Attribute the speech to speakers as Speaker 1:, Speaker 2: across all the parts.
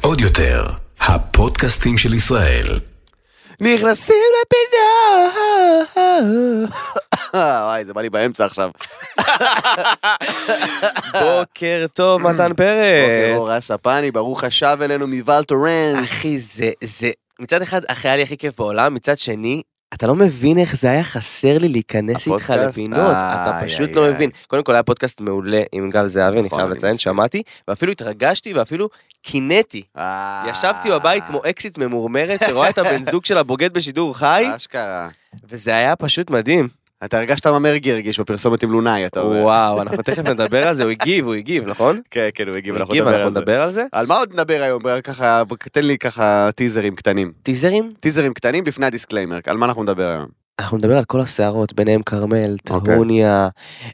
Speaker 1: עוד יותר, הפודקאסטים של ישראל.
Speaker 2: נכנסים לפינה. וואי, זה בא לי באמצע עכשיו.
Speaker 3: בוקר טוב, מתן
Speaker 2: בוקר
Speaker 3: פרץ.
Speaker 2: אור הספני, ברוך השב אלינו מוולטורנס.
Speaker 3: אחי, זה, זה, מצד אחד, אחי, היה לי הכי כיף בעולם, מצד שני, אתה לא מבין איך זה היה חסר לי להיכנס איתך
Speaker 2: הפודקאסט?
Speaker 3: לפינות, אתה
Speaker 2: איי,
Speaker 3: פשוט
Speaker 2: איי,
Speaker 3: לא
Speaker 2: איי.
Speaker 3: מבין. קודם כל היה פודקאסט מעולה עם גל זהבי, אני
Speaker 2: נכון,
Speaker 3: חייב
Speaker 2: אני
Speaker 3: לציין,
Speaker 2: מסכים.
Speaker 3: שמעתי, ואפילו התרגשתי ואפילו קינאתי.
Speaker 2: אה.
Speaker 3: ישבתי בבית כמו אקסיט ממורמרת שרואה את הבן זוג שלה בוגד בשידור חי,
Speaker 2: אה. אשכרה.
Speaker 3: וזה היה פשוט מדהים.
Speaker 2: אתה הרגשת מה מרגי הרגיש בפרסומת עם לונאי, אתה אומר.
Speaker 3: וואו, אנחנו תכף נדבר על זה, הוא הגיב, הוא הגיב, נכון?
Speaker 2: כן, כן, הוא הגיב,
Speaker 3: הוא
Speaker 2: אנחנו
Speaker 3: הגיב,
Speaker 2: נדבר על
Speaker 3: אנחנו
Speaker 2: זה.
Speaker 3: נדבר על זה.
Speaker 2: על מה עוד נדבר היום? ב- ככה, ב- תן לי ככה טיזרים קטנים.
Speaker 3: טיזרים?
Speaker 2: טיזרים קטנים לפני הדיסקליימר, על מה אנחנו נדבר היום?
Speaker 3: אנחנו נדבר על כל הסערות, ביניהם כרמל,
Speaker 2: אוקיי.
Speaker 3: טהוניה,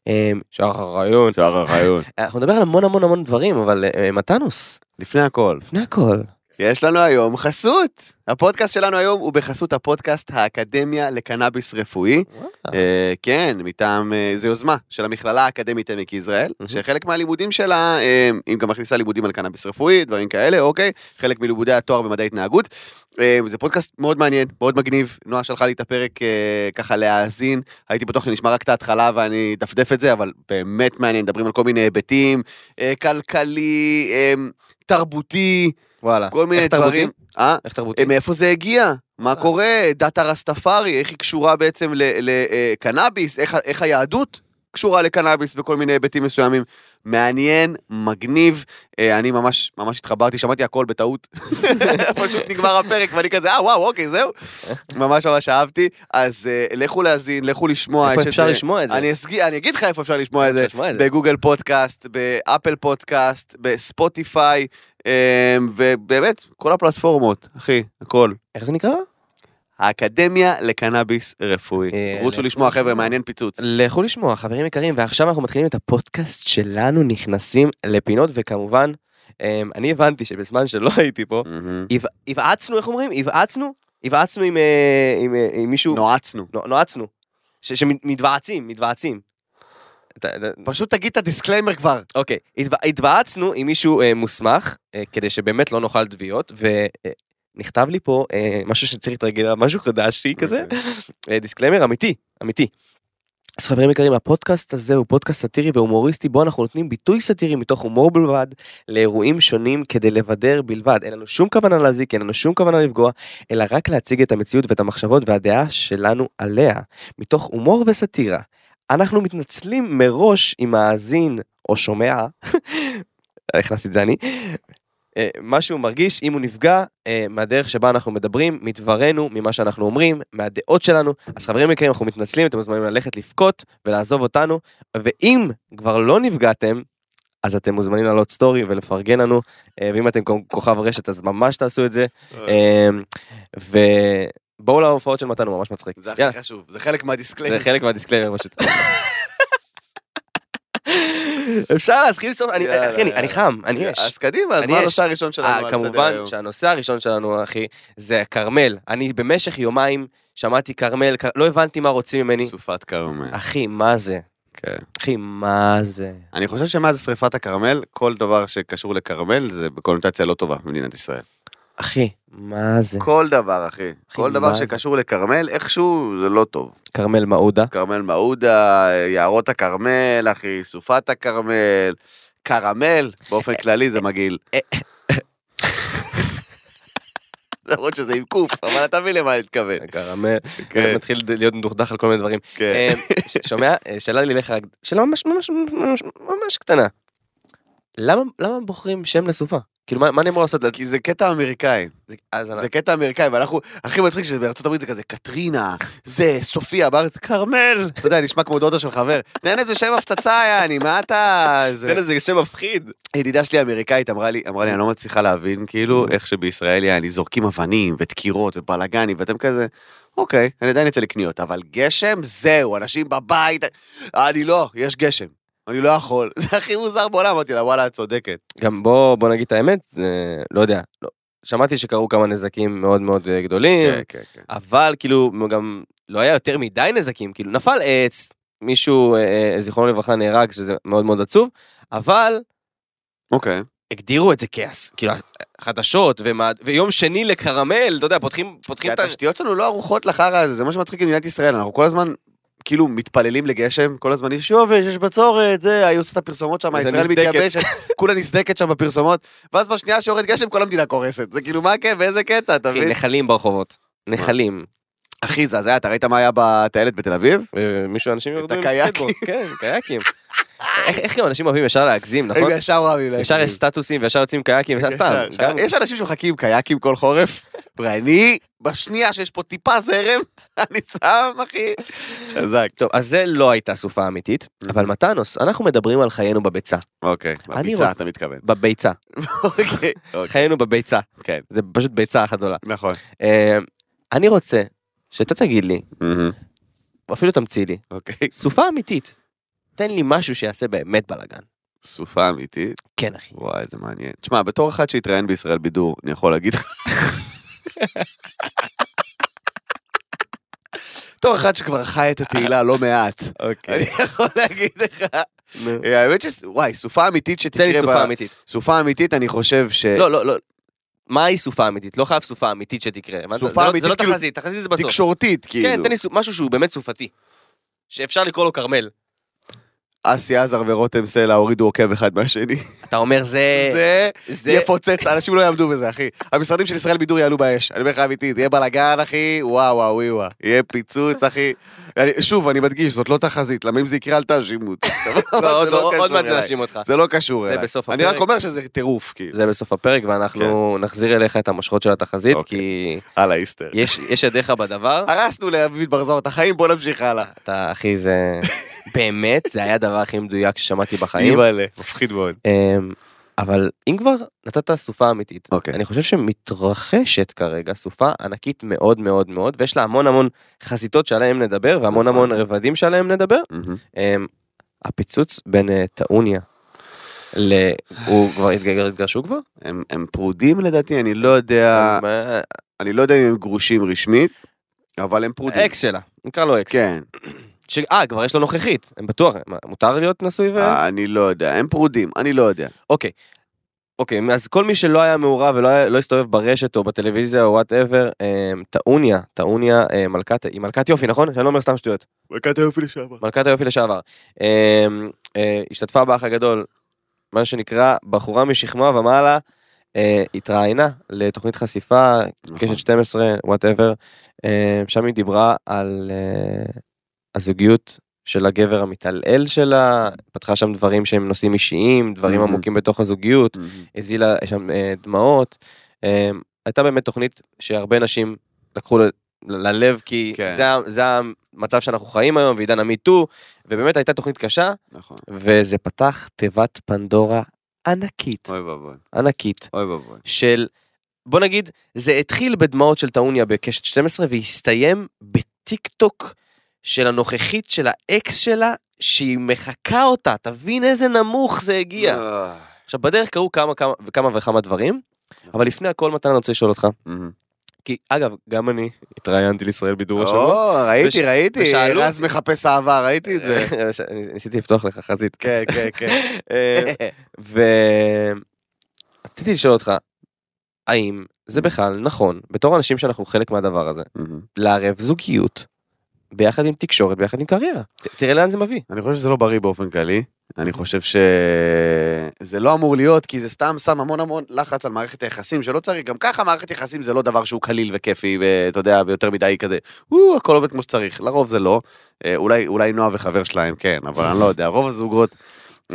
Speaker 3: אמ, שחר רעיון.
Speaker 2: שער הרעיון.
Speaker 3: אנחנו נדבר על המון המון המון דברים, אבל אה, מתנוס,
Speaker 2: לפני הכל.
Speaker 3: לפני הכל.
Speaker 2: יש לנו היום חסות. הפודקאסט שלנו היום הוא בחסות הפודקאסט האקדמיה לקנאביס רפואי. אה, כן, מטעם, אה, זו יוזמה של המכללה האקדמית עמק יזרעאל,
Speaker 3: מהמם.
Speaker 2: שחלק מהלימודים שלה, אה, היא גם מכניסה לימודים על קנאביס רפואי, דברים כאלה, אוקיי, חלק מלימודי התואר במדעי התנהגות. אה, זה פודקאסט מאוד מעניין, מאוד מגניב, נועה שלחה לי את הפרק אה, ככה להאזין, הייתי בטוח שנשמע רק את ההתחלה ואני אדפדף את זה, אבל באמת מעניין, מדברים על כל מיני היבטים, אה, כלכלי, אה, תרבותי,
Speaker 3: וואלה.
Speaker 2: כל מיני
Speaker 3: איך אה. תרבותי?
Speaker 2: דברים. אה?
Speaker 3: איך תרבותי?
Speaker 2: אה, מאיפה זה הגיע? מה קורה? דת הרסטפארי, איך היא קשורה בעצם לקנאביס? איך היהדות קשורה לקנאביס בכל מיני היבטים מסוימים? מעניין, מגניב, אה, אני ממש ממש התחברתי, שמעתי הכל בטעות. פשוט נגמר הפרק ואני כזה, אה וואו, אוקיי, זהו. ממש ממש אהבתי, אז אה, לכו להאזין, לכו לשמוע. יש
Speaker 3: איפה אפשר
Speaker 2: איזה-
Speaker 3: לשמוע את זה?
Speaker 2: אני אסגי- אני אגיד לך איפה אפשר לשמוע את זה.
Speaker 3: אפשר לשמוע את זה.
Speaker 2: בגוגל פודקאסט, באפל פודקאסט, בספוטיפיי, אה, ובאמת, כל הפלטפורמות, אחי, הכל.
Speaker 3: איך זה נקרא?
Speaker 2: האקדמיה לקנאביס רפואי.
Speaker 3: אה, לא.
Speaker 2: רוצו
Speaker 3: לכו
Speaker 2: לשמוע, חבר'ה,
Speaker 3: לשמוע.
Speaker 2: מעניין פיצוץ.
Speaker 3: לכו לשמוע, חברים יקרים, ועכשיו אנחנו מתחילים את הפודקאסט שלנו, נכנסים לפינות, וכמובן, אמ, אני הבנתי שבזמן שלא הייתי פה,
Speaker 2: מהמם.
Speaker 3: היו- היוועצנו, איך אומרים? היוועצנו? היוועצנו עם, אה, עם, אה, עם מישהו...
Speaker 2: נועצנו.
Speaker 3: נו- נועצנו. ש- שמתוועצים, מתוועצים. אתה- אתה-
Speaker 2: פשוט תגיד את הדיסקליימר כבר.
Speaker 3: אוקיי, התו- התוועצנו עם מישהו אה, מוסמך, אה, כדי שבאמת לא נאכל תביעות, ונכתב לי פה אה, משהו שצריך להתרגל עליו, משהו חדשי כזה, אה, דיסקליימר אמיתי, אמיתי. אז חברים יקרים, הפודקאסט הזה הוא פודקאסט סאטירי והומוריסטי, בו אנחנו נותנים ביטוי סאטירי מתוך הומור בלבד לאירועים שונים כדי לבדר בלבד. אין לנו שום כוונה להזיק, אין לנו שום כוונה לפגוע, אלא רק להציג את המציאות ואת המחשבות והדעה שלנו עליה, מתוך הומור וסאטירה. אנחנו מתנצלים מראש אם מאזין או שומע, הכנסתי את זה אני, אה, מה שהוא מרגיש אם הוא נפגע אה, מהדרך שבה אנחנו מדברים, מדברנו, ממה שאנחנו אומרים, מהדעות שלנו. אז חברים יקרים, אנחנו מתנצלים, אתם מוזמנים ללכת לבכות ולעזוב אותנו, ואם כבר לא נפגעתם, אז אתם מוזמנים לעלות סטורי ולפרגן לנו, אה, ואם אתם כוכב רשת אז ממש תעשו את זה.
Speaker 2: אוקיי.
Speaker 3: אה, ובואו להופעות של מתן, הוא ממש מצחיק.
Speaker 2: זה
Speaker 3: יאללה.
Speaker 2: הכי חשוב, זה חלק
Speaker 3: זה
Speaker 2: מהדיסקליימר.
Speaker 3: חלק מהדיסקליימר פשוט. אפשר להתחיל סוף, אני-
Speaker 2: יאללה,
Speaker 3: אחי, אני-
Speaker 2: יאללה.
Speaker 3: אני חם, אני
Speaker 2: אז
Speaker 3: אש.
Speaker 2: קדימה, אז
Speaker 3: אני
Speaker 2: מה
Speaker 3: יש.
Speaker 2: הנושא הראשון שלנו
Speaker 3: אה,
Speaker 2: על סדר
Speaker 3: כמובן
Speaker 2: היום?
Speaker 3: שהנושא הראשון שלנו, אחי, זה כרמל. אני במשך יומיים שמעתי כרמל, כ- לא הבנתי מה רוצים ממני.
Speaker 2: סופת כרמל.
Speaker 3: אחי, מה זה?
Speaker 2: כן.
Speaker 3: אחי, מה זה?
Speaker 2: אני חושב שמאז שריפת הכרמל, כל דבר שקשור לכרמל זה בקונוטציה לא טובה במדינת ישראל.
Speaker 3: אחי, מה זה?
Speaker 2: כל דבר, אחי. כל
Speaker 3: מה
Speaker 2: דבר
Speaker 3: זה?
Speaker 2: שקשור לכרמל, איכשהו זה לא טוב.
Speaker 3: כרמל מעודה.
Speaker 2: כרמל מעודה, יערות הכרמל, אחי, סופת הכרמל, קרמל,
Speaker 3: אה,
Speaker 2: באופן כללי זה מגעיל. למרות שזה עם קוף, אבל אתה מבין למה אני מתכוון.
Speaker 3: כרמל,
Speaker 2: כן,
Speaker 3: מתחיל להיות מדוכדך על כל מיני דברים.
Speaker 2: כן.
Speaker 3: אה, ש- שומע? אה, שאלה לי לך, שאלה ממש ממש ממש ממש קטנה. למה למה בוחרים שם לסופה? כאילו מה מה אני אמור לעשות?
Speaker 2: כי זה קטע אמריקאי,
Speaker 3: זה- אז אני-
Speaker 2: זה קטע אמריקאי, ואנחנו, הכי מצחיק שבארצות הברית זה כזה קטרינה, זה, סופיה, בארץ, כרמל. אתה יודע, נשמע כמו דודה של חבר, תן איזה שם הפצצה, יעני, מה אתה... זה-
Speaker 3: תן איזה שם מפחיד.
Speaker 2: ידידה שלי אמריקאית אמרה לי, אמרה לי, אני לא מצליחה להבין, כאילו, איך שבישראל, יעני, זורקים אבנים ודקירות ובלאגנים, ואתם כזה, אוקיי, אני עדיין אצא לקניות, אבל גשם, זהו, אנשים בבית, אני לא, יש גשם, אני לא יכול. זה הכי מוזר בעולם, אמרתי לה, וואלה, את צודקת.
Speaker 3: גם בוא בוא נגיד את האמת, אה, לא יודע. לא. שמעתי שקרו כמה נזקים מאוד מאוד אה, גדולים,
Speaker 2: כן, כן.
Speaker 3: אבל כאילו גם לא היה יותר מדי נזקים, כאילו נפל עץ, מישהו, אה, אה, זיכרונו לברכה, נהרג, שזה מאוד מאוד עצוב, אבל
Speaker 2: אוקיי.
Speaker 3: הגדירו את זה כעס, כאילו, חדשות, ומה, ויום שני לקרמל, אתה יודע, פותחים,
Speaker 2: כי
Speaker 3: פותחים את ה...
Speaker 2: התשתיות שלנו לא ערוכות לחרא הזה, זה מה שמצחיק במדינת ישראל, אנחנו כל הזמן כאילו מתפללים לגשם, כל הזמן יש יובש, יש בצורת, זה, היו עושים את הפרסומות שם,
Speaker 3: וזה
Speaker 2: ישראל
Speaker 3: נסדקת.
Speaker 2: מתייבשת, כולה נסדקת שם בפרסומות, ואז בשנייה שיורד גשם כל המדינה קורסת, זה כאילו מה כן, באיזה קטע, אתה
Speaker 3: אחי,
Speaker 2: מבין?
Speaker 3: נחלים ברחובות. נחלים.
Speaker 2: אחי, זה הזיה, אתה ראית מה היה בטיילת בתל אביב?
Speaker 3: אה, מישהו, אנשים יורדים עם
Speaker 2: הקייקים.
Speaker 3: סקייטבורד. כן, קייקים. איך- איך גם אנשים אוהבים ישר להגזים,
Speaker 2: הם
Speaker 3: נכון?
Speaker 2: ישר אוהבים להם.
Speaker 3: ישר יש סטטוסים וישר יוצאים קייקים, ישר סתם.
Speaker 2: ישר.
Speaker 3: גם-
Speaker 2: יש אנשים שמחכים קיאקים כל חורף, ואני, בשנייה שיש פה טיפה זרם, אני שם, אחי. חזק.
Speaker 3: טוב, אז זה לא הייתה סופה אמיתית, אבל מתנוס, אנחנו מדברים על חיינו בביצה.
Speaker 2: אוקיי,
Speaker 3: אני
Speaker 2: בביצה
Speaker 3: רוצה-
Speaker 2: אתה מתכוון.
Speaker 3: בביצה.
Speaker 2: אוקיי, אוקיי,
Speaker 3: חיינו בביצה.
Speaker 2: כן.
Speaker 3: זה פשוט ביצה אחת גדולה.
Speaker 2: נכון.
Speaker 3: אה, אני רוצה שאתה תגיד לי,
Speaker 2: Mm-hmm.
Speaker 3: או אפילו תמציא לי,
Speaker 2: אוקיי.
Speaker 3: סופה אמיתית. תן לי משהו שיעשה באמת בלאגן.
Speaker 2: סופה אמיתית.
Speaker 3: כן, אחי.
Speaker 2: וואי, זה מעניין. תשמע, בתור אחד שהתראיין בישראל בידור, אני יכול להגיד לך... בתור אחד שכבר חי את התהילה לא מעט, אני
Speaker 3: אוקיי.
Speaker 2: יכול להגיד לך... אה, האמת ש... וואי, סופה אמיתית
Speaker 3: תן
Speaker 2: שתקרה...
Speaker 3: לי
Speaker 2: ב- אה.
Speaker 3: סופה אמיתית.
Speaker 2: סופה אמיתית, אני חושב ש...
Speaker 3: לא, לא, לא. מהי סופה אמיתית? לא חייב סופה אמיתית שתקרה. הבנת?
Speaker 2: סופה
Speaker 3: זה לא-
Speaker 2: אמיתית,
Speaker 3: זה לא
Speaker 2: כאילו,
Speaker 3: תחזית, תחזית זה בסוף.
Speaker 2: תקשורתית, כאילו.
Speaker 3: כן, תן לי סופ- משהו שהוא באמת סופתי. שאפשר לקרוא לו כרמל.
Speaker 2: אסי עזר ורותם סלע הורידו עוקב אחד מהשני.
Speaker 3: אתה אומר זה...
Speaker 2: זה
Speaker 3: זה-
Speaker 2: יפוצץ, אנשים לא יעמדו בזה, אחי. המשרדים של ישראל בידור יעלו באש, אני אומר לך אמיתי, זה יהיה בלאגן, אחי, וואו, וואו, וואו, וואו. יהיה פיצוץ, אחי. אני- שוב, אני מדגיש, זאת לא תחזית, למה אם זה יקרה אל תאשימו אותי. זה
Speaker 3: לא, עוד-
Speaker 2: לא
Speaker 3: עוד
Speaker 2: קשור
Speaker 3: מעט
Speaker 2: אליי.
Speaker 3: נאשים אותך.
Speaker 2: זה לא קשור
Speaker 3: זה
Speaker 2: אליי.
Speaker 3: בסוף
Speaker 2: אני
Speaker 3: הפרק.
Speaker 2: רק אומר שזה טירוף, כאילו.
Speaker 3: זה בסוף הפרק ואנחנו נחזיר אליך את המושכות של התחזית
Speaker 2: כן. אוקיי.
Speaker 3: כי
Speaker 2: הלאה, איסטר.
Speaker 3: יש יש ידיך בדבר.
Speaker 2: הרסנו לאביב ברזור את החיים, בוא נמשיך הלאה.
Speaker 3: אתה אחי זה באמת זה היה הדבר הכי מדויק ששמעתי בחיים.
Speaker 2: אימא'לה, מפחיד מאוד.
Speaker 3: אמ, אבל אם כבר נתת סופה אמיתית,
Speaker 2: אוקיי.
Speaker 3: אני חושב שמתרחשת כרגע סופה ענקית מאוד מאוד מאוד, ויש לה המון המון חזיתות שעליהן נדבר, והמון
Speaker 2: נכון.
Speaker 3: המון רבדים שעליהם נדבר.
Speaker 2: מהמם.
Speaker 3: אמ, הפיצוץ בין אה, טעוניה ל... הוא כבר התגר- התגרשו כבר?
Speaker 2: הם הם פרודים לדעתי, אני לא יודע,
Speaker 3: הם, אה,
Speaker 2: אני לא יודע אם הם גרושים רשמית, אבל הם פרודים.
Speaker 3: אקס שלה, נקרא לו אקס.
Speaker 2: כן,
Speaker 3: ש- אה, כבר יש לו נוכחית, הם בטוח, מה, מותר להיות נשוי ו...
Speaker 2: אני לא יודע, הם פרודים, אני לא יודע.
Speaker 3: אוקיי. אוקיי, אז כל מי שלא היה מעורב ולא היה, לא הסתובב ברשת או בטלוויזיה או וואטאבר, טעוניה, טעוניה אה, מלכת, היא מלכת יופי, נכון? שאני לא אומר סתם שטויות.
Speaker 2: מכת היופי לשעבר.
Speaker 3: מלכת היופי לשעבר. אה, אה, השתתפה באח הגדול, מה שנקרא, בחורה משכמה ומעלה, אה, התראיינה לתוכנית חשיפה,
Speaker 2: נכון.
Speaker 3: קשת 12, וואטאבר, אה, שם היא דיברה על אה, הזוגיות של הגבר המתעלל שלה, פתחה שם דברים שהם נושאים אישיים, דברים
Speaker 2: Mhm.
Speaker 3: עמוקים בתוך הזוגיות. הזילה שם אה, דמעות. אה, הייתה באמת תוכנית שהרבה נשים לקחו ל- ל- ללב, כי
Speaker 2: כן.
Speaker 3: זה, ה- זה המצב שאנחנו חיים היום, ועידן המיטו, ובאמת הייתה תוכנית קשה,
Speaker 2: נכון.
Speaker 3: וזה פתח תיבת פנדורה ענקית,
Speaker 2: אוי ואבוי,
Speaker 3: ענקית,
Speaker 2: אוי ואבוי.
Speaker 3: של, בוא נגיד, זה התחיל בדמעות של טעוניה בקשת 12, והסתיים בטיק טוק של הנוכחית של האקס שלה, שהיא מחקה אותה, תבין איזה נמוך זה הגיע.
Speaker 2: אה,
Speaker 3: עכשיו בדרך קרו כמה כמה וכמה וכמה דברים, אבל לפני הכל מתן אני רוצה לשאול אותך,
Speaker 2: מהמם.
Speaker 3: כי אגב גם אני התראיינתי לישראל בידור השבוע,
Speaker 2: אה, או,
Speaker 3: וש-
Speaker 2: ראיתי, ראיתי,
Speaker 3: ושאלו
Speaker 2: רז מחפש אהבה, ראיתי את
Speaker 3: אה.
Speaker 2: זה.
Speaker 3: ניסיתי לפתוח לך חזית,
Speaker 2: כן, כן, כן.
Speaker 3: ורציתי לשאול אותך, האם זה בכלל נכון בתור אנשים שאנחנו חלק מהדבר הזה לערב זוגיות ביחד עם תקשורת ביחד עם קריירה ת- תראה לאן זה מביא.
Speaker 2: אני חושב שזה לא בריא באופן כללי. אני חושב שזה לא אמור להיות, כי זה סתם שם המון המון לחץ על מערכת היחסים, שלא צריך. גם ככה מערכת יחסים זה לא דבר שהוא קליל וכיפי, ואתה יודע, ויותר מדי כזה. וואו, הכל עובד כמו שצריך. לרוב זה לא. אה, אולי, אולי נועה וחבר שלהם, כן, אבל אני לא יודע. רוב הזוגות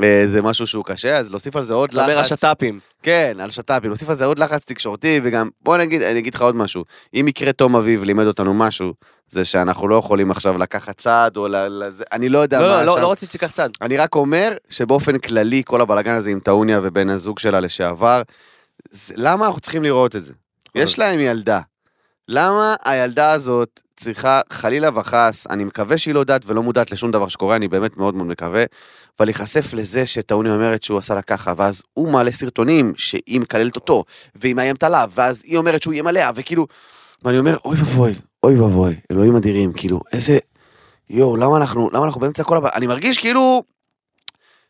Speaker 2: אה, זה משהו שהוא קשה, אז להוסיף על זה עוד
Speaker 3: אתה אומר
Speaker 2: לחץ.
Speaker 3: השת"פים.
Speaker 2: כן, על שת"פים, נוסיף על זה עוד לחץ תקשורתי, וגם, בוא נגיד, אני אגיד לך עוד משהו. אם יקרה תום אביב לימד אותנו משהו, זה שאנחנו לא יכולים עכשיו לקחת צעד, או ל... ל- זה- אני לא יודע
Speaker 3: לא
Speaker 2: מה
Speaker 3: לא, לא
Speaker 2: שם.
Speaker 3: לא רציתי שתיקח צד.
Speaker 2: אני רק אומר שבאופן כללי, כל הבלאגן הזה עם טעוניה ובן הזוג שלה לשעבר, זה, למה אנחנו צריכים לראות את זה? יש להם ילדה. למה הילדה הזאת צריכה, חלילה וחס, אני מקווה שהיא לא יודעת ולא מודעת לשום דבר שקורה, אני באמת מאוד מאוד מקווה, אבל להיחשף לזה שטעוני אומרת שהוא עשה לה ככה, ואז הוא מעלה סרטונים שהיא מקללת אותו, והיא מאיימת עליו, ואז היא אומרת שהוא איים עליה, וכאילו... ואני אומר, אוי ואבוי, אוי ואבוי, אלוהים אדירים, כאילו, איזה... יואו, למה אנחנו, למה אנחנו באמצע כל הבעיה? אני מרגיש כאילו...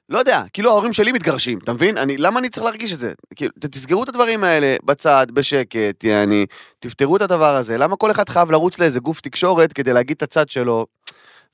Speaker 2: לא יודע, כאילו ההורים שלי מתגרשים, אתה מבין? אני, למה אני צריך להרגיש את זה? כאילו, ת- תסגרו את הדברים האלה בצד, בשקט, יעני, תפתרו את הדבר הזה. למה כל אחד חייב לרוץ לאיזה גוף תקשורת כדי להגיד את הצד שלו?